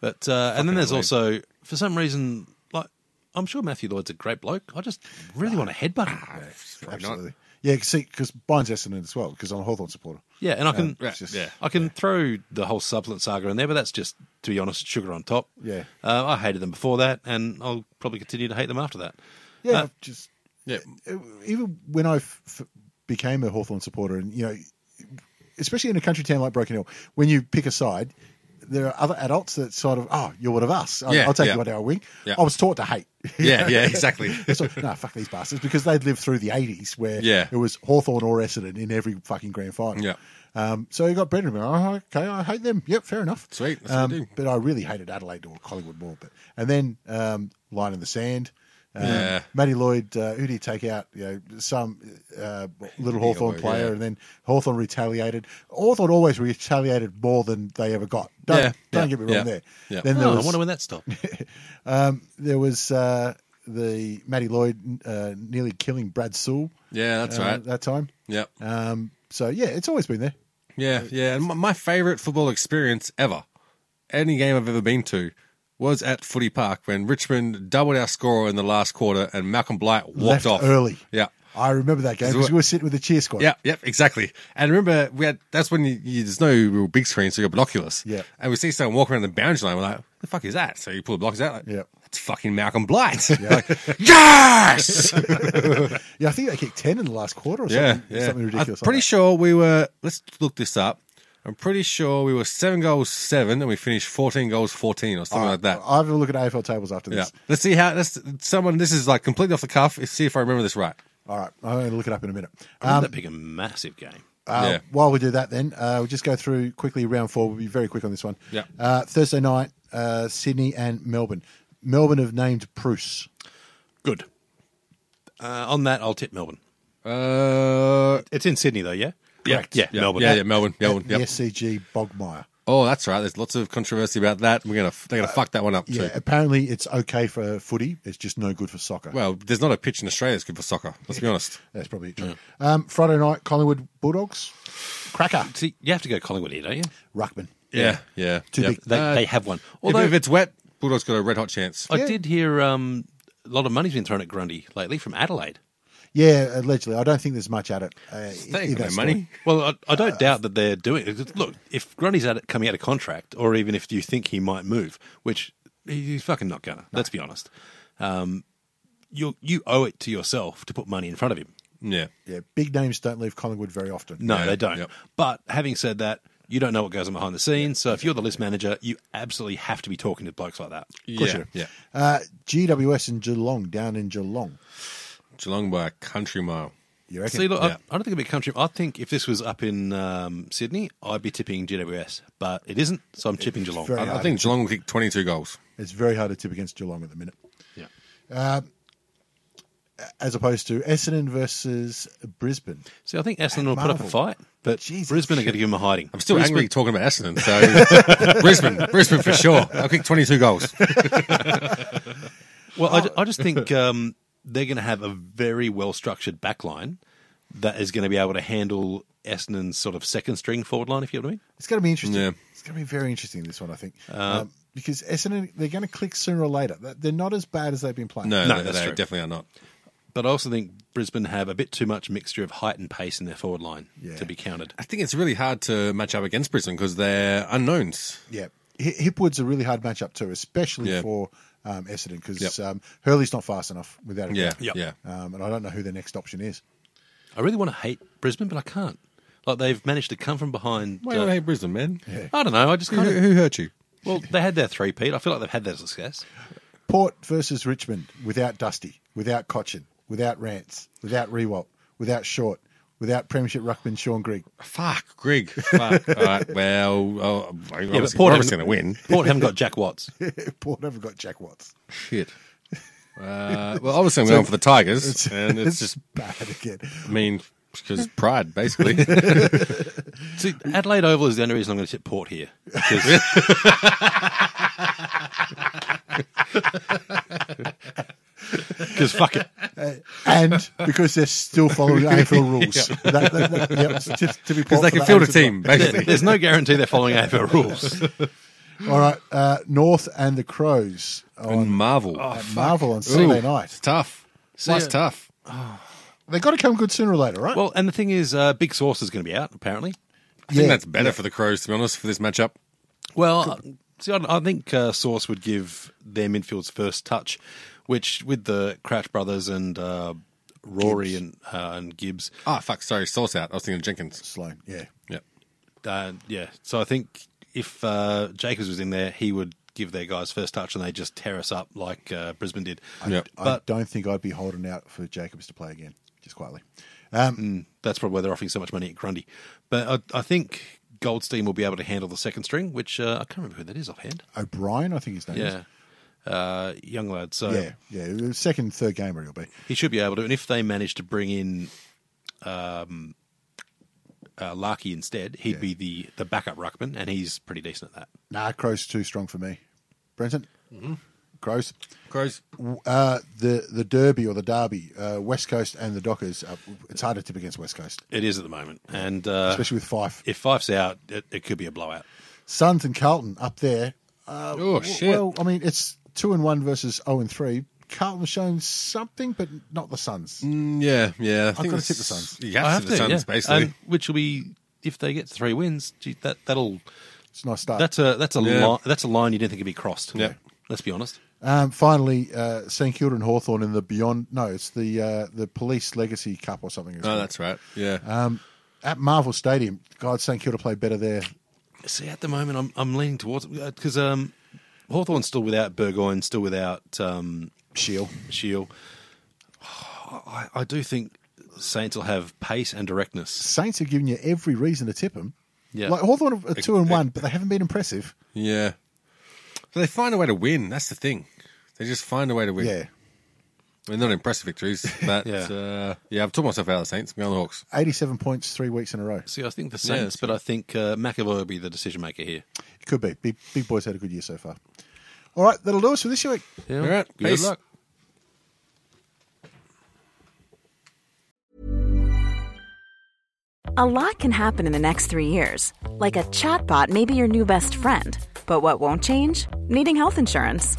C: But uh, and then there's
B: Adelaide.
C: also for some reason like I'm sure Matthew Lloyd's a great bloke. I just really want to headbutt him.
B: Probably not.
A: Absolutely. Yeah, 'cause see, because Bynes Essendon as well. Because I'm a Hawthorn supporter.
C: Yeah, and I can
B: Right,
A: just-
B: yeah.
C: I can throw the whole supplement saga in there, but that's just to be honest, sugar on top.
A: Yeah.
C: Uh, I hated them before that, and I'll probably continue to hate them after that.
A: Yeah,
C: Uh,
A: just e,
B: Yeah.
A: even when I f- f- became a Hawthorn supporter, and you know, especially in a country town like Broken Hill, when you pick a side, there are other adults that sort of, oh, you're one of us. I,
B: Yeah,
A: I'll take
B: yeah.
A: you under our wing.
B: Yeah.
A: I was taught to hate.
B: Yeah, yeah, exactly.
A: so, no, fuck these bastards because they'd lived through the 80s where
B: Yeah.
A: it was Hawthorn or Essendon in every fucking grand final.
B: Yeah.
A: Um, so you got bred in me. Oh, okay, I hate them. Yep, fair enough.
B: Sweet, that's what
A: Um,
B: we do.
A: But I really hated Adelaide or Collingwood more. But and then um, line in the sand. Um,
B: Yeah.
A: Matty Lloyd, uh, who do you take out? You know, some uh, little Hawthorn
B: Hawthorn,
A: player,
B: yeah.
A: and then Hawthorn retaliated. Hawthorn always retaliated more than they ever got. Don't,
B: Yeah,
A: don't
B: yeah,
A: get me wrong
B: yeah,
A: there.
B: yeah.
A: Then there
C: Oh, I
A: was,
C: wonder when that stopped.
A: there was uh, the Matty Lloyd uh, nearly killing Brad Sewell.
B: Yeah, that's
A: uh,
B: right.
A: That time.
B: Yep.
A: Um, so yeah, it's always been there.
B: Yeah,
A: uh,
B: yeah. And my, my favorite football experience ever, any game I've ever been to, was at Footy Park when Richmond doubled our score in the last quarter and Malcolm Blight walked
A: Left
B: off
A: early.
B: Yeah.
A: I remember that game
B: Is it
A: because
B: what-
A: we were sitting with the cheer squad.
B: Yeah, yep, exactly. And remember, we had that's when you, you, there's no real big screen, so you got binoculars.
A: Yeah.
B: and we see someone walk around the boundary line. We're like, "The fuck is that?" So you pull the binoculars out. Like,
A: Yeah.
B: that's fucking Malcolm Blight. Like, yes.
A: Yeah, I think they kicked ten in the last quarter or
B: yeah,
A: something.
B: yeah.
A: Something ridiculous.
B: I'm pretty
A: like that.
B: sure we were. Let's look this up. I'm pretty sure we were seven goals seven, and we finished fourteen goals fourteen or something like that.
A: I'll have a look at AFL tables after
B: Yeah.
A: this.
B: Let's see how. Let's someone. This is like completely off the cuff. Let's see if I remember this right.
A: All right, I'm going to look it up in a minute. Um,
C: I remember that being a massive game.
A: Uh,
B: Yeah.
A: While we do that, then uh, we'll just go through quickly round four. We'll be very quick on this one.
B: Yeah.
A: Uh, Thursday night, uh, Sydney and Melbourne. Melbourne have named Bruce.
C: Good. Uh, on that, I'll tip Melbourne.
B: Uh,
C: It's in Sydney though, yeah.
B: Correct.
C: Yeah,
B: yeah,
C: Melbourne.
B: Yeah, yeah, Melbourne. Melbourne.
A: at
B: Yep.
A: the SCG Bogmire.
B: Oh, that's right. There's lots of controversy about that. We're gonna they're gonna fuck that one up
A: Yeah,
B: too.
A: apparently it's okay for footy. It's just no good for soccer.
B: Well, there's not a pitch in Australia that's good for soccer. Let's be honest.
A: That's probably true. Um, Friday night, Collingwood Bulldogs. Cracker.
C: See, you have to go Collingwood here, don't you?
A: Ruckman.
B: Yeah, yeah.
A: Too
B: Yep.
A: big.
C: They,
B: Uh,
C: they have one.
B: Although
C: Although Oh,
B: if it's wet, Bulldogs got a red hot chance.
C: I
A: Yeah.
C: did hear um, a lot of money's been thrown at Grundy lately from Adelaide.
A: Yeah, allegedly. I don't think there's much at it. Uh, in
B: They ain't got
A: that
B: no
A: story.
B: money.
C: Well, I, I don't doubt that they're doing it. Look, if Grundy's at it, coming out of contract, or even if you think he might move, which he- he's fucking not gonna. Let's be honest. Um, you you owe it to yourself to put money in front of him.
B: Yeah.
A: Yeah, big names don't leave Collingwood very often.
C: No,
B: Yeah,
C: they don't.
B: yep.
C: But having said that, you don't know what goes on behind the scenes. So if you're the list manager, you absolutely have to be talking to blokes like that.
A: course
B: yeah.
A: you do.
B: yeah.
A: Uh, GWS and Geelong down in Geelong.
B: Geelong by a country mile.
A: You reckon?
C: See, look, I,
B: Yeah.
C: I don't think it'd be country. I think if this was up in um, Sydney, I'd be tipping GWS, but it isn't. So I'm tipping Geelong.
A: very
C: I- I
B: I
A: hard.
C: think-
B: think Geelong will kick 22 goals.
A: it's very hard to tip against Geelong at the minute,
C: yeah.
A: as opposed to Essendon versus Brisbane.
C: See, I think Essendon will put up a
A: Marvel.
C: fight, but
A: Jesus
C: Brisbane are going to give him a hiding.
B: I'm still angry talking about Essendon. So Brisbane, Brisbane for sure. I'll kick 22 goals.
C: Well, I, ju- I just think um, they're going to have a very well structured back line that is going to be able to handle Essendon's sort of second string forward line, if you know what I mean.
A: It's going to be interesting.
B: Yeah. Uh,
A: It's going to be very interesting this one, I think, um, because Essendon they're going to click sooner or later. They're- They're not as bad as they've been playing.
B: No,
C: No,
B: they,
C: that's
B: they
C: true.
B: definitely are not.
C: But I also think Brisbane have a bit too much mixture of height and pace in their forward line
A: Yeah.
C: to be counted.
B: I think it's really hard to match up against Brisbane because they're unknowns.
A: Yeah, Hi- Hipwood's a really hard matchup too, especially
B: Yeah.
A: for um, Essendon because
B: Yep.
A: um, Hurley's not fast enough without it.
B: Yeah,
C: Yep.
B: yeah.
A: Um, and I don't know who their next option is.
C: I really want to hate Brisbane, but I can't. Like they've managed to come from behind.
B: Why
C: uh,
B: don't I hate Brisbane, man?
C: I don't know. I just
B: Who,
C: kind of
B: who hurt you?
C: well, they had their three Pete. I feel like they've had their success.
A: Port versus Richmond without Dusty, without Cochin, without Rance, without Rewalt, without Short, without Premiership ruckman Sean Grigg.
B: Fuck, Grig. Fuck. All right, well, oh, yeah,
C: but
B: obviously,
C: Port
B: Robert's going
C: haven't-
B: to win.
C: Port haven't got Jack Watts.
A: Port never got Jack Watts.
B: Shit. Uh, well, obviously, I'm going for the Tigers, and it's just
A: bad again.
B: mean because pride, basically.
C: See, Adelaide Oval is the only reason I'm going to tip Port here. Because fuck it.
A: And because they're still following AFL rules. That- that- that- yep, to, to be
B: Because
A: Port for
B: they can
A: that
B: field a
A: reason.
B: team, basically.
C: There's no guarantee they're following AFL rules.
A: All right, uh, North and the Crows
B: and
A: on
B: Marvel.
A: at Marvel on Sunday
B: Oh, Ooh,
A: night.
B: It's tough. That's
C: ya.
B: tough.
A: They've got to come good sooner or later, right?
C: Well, and the thing is, uh, Big Source is going to be out, apparently.
B: I think
A: Yeah.
B: that's better for the Crows, to be honest, for this matchup.
C: Well, see, I, I think uh, Source would give their midfield's first touch, which with the Crouch brothers and uh, Rory and uh, and Gibbs,
B: Ah, fuck. Sorry, Source out. I was thinking of Jenkins.
A: Sloan, yeah.
B: Yep.
C: uh, yeah. So I think if uh, Jacobs was in there, he would give their guys first touch, and they just tear us up like uh, Brisbane did.
B: Yep.
A: I
C: But-
A: don't think I'd be holding out for Jacobs to play again, just quietly. Um,
B: Hmm.
C: That's probably why they're offering so much money at Grundy. But I, I think Goldstein will be able to handle the second string, which uh, I can't remember who that is offhand.
A: O'Brien, I think his name is.
C: Yeah, uh, young lad. So
A: Yeah, yeah. the Second, third gamer he'll be.
C: He should be able to. And if they manage to bring in um, uh, Larky instead, he'd be the, the backup ruckman, and he's pretty decent at that.
A: Nah, Crow's too strong for me. Brenton? Mm-hmm. Crow's.
B: Crows.
A: Uh, the, the Derby or the Derby, uh, West Coast and the Dockers, uh, it's hard to tip against West Coast,
C: It is at the moment. And uh,
A: especially with Fife.
C: if Fife's out, it, it could be a blowout.
A: Suns and Carlton up there.
B: oh, shit.
A: Well, I mean, it's 2 and 1 versus 0 and 3. Carlton's shown something, but not the Suns.
B: Mm, yeah, yeah. I think
A: gotta
B: that's-
A: tip the Suns.
B: You have to Um, tip the Suns, basically.
C: And which will be if they get three wins, gee, that that'll
A: It's a nice start.
C: that's a that's a
B: Uh, Yeah.
C: line that's a line you didn't think could be crossed.
B: Yeah.
C: Let's be honest.
A: Um, finally, uh, St Kilda and Hawthorn in the Beyond. No, it's the uh, the Police Legacy Cup or something. it's
B: no,
A: called.
B: Oh, that's right. Yeah.
A: at Marvel Stadium. God, St Kilda played better there.
C: See, at the moment, I'm I'm leaning towards because um, Hawthorne's still without Burgoyne, still without um,
A: Shield.
C: Shield. I, I do think Saints will have pace and directness.
A: Saints have given you every reason to tip them.
C: Yeah.
A: like Hawthorn are two and one, but they haven't been impressive.
B: yeah. So they find a way to win. That's the thing. They just find a way to win.
A: Yeah,
B: I mean, not impressive victories, but yeah.
C: Yeah.
B: Uh, yeah, I've talked myself out of the Saints. I'm going the Hawks.
A: eighty-seven points three weeks in a row.
C: See, I think the
B: Yeah,
C: Saints,
B: that's
C: but I think uh, McAvoy will be the decision maker here.
A: It could be big. Big boys had a good year so far. All right, that'll do us for this week.
C: Yeah.
B: All right,
C: Good
B: peace.
C: luck.
D: A lot can happen in the next three years. Like a chatbot may be your new best friend. But what won't change? Needing health insurance.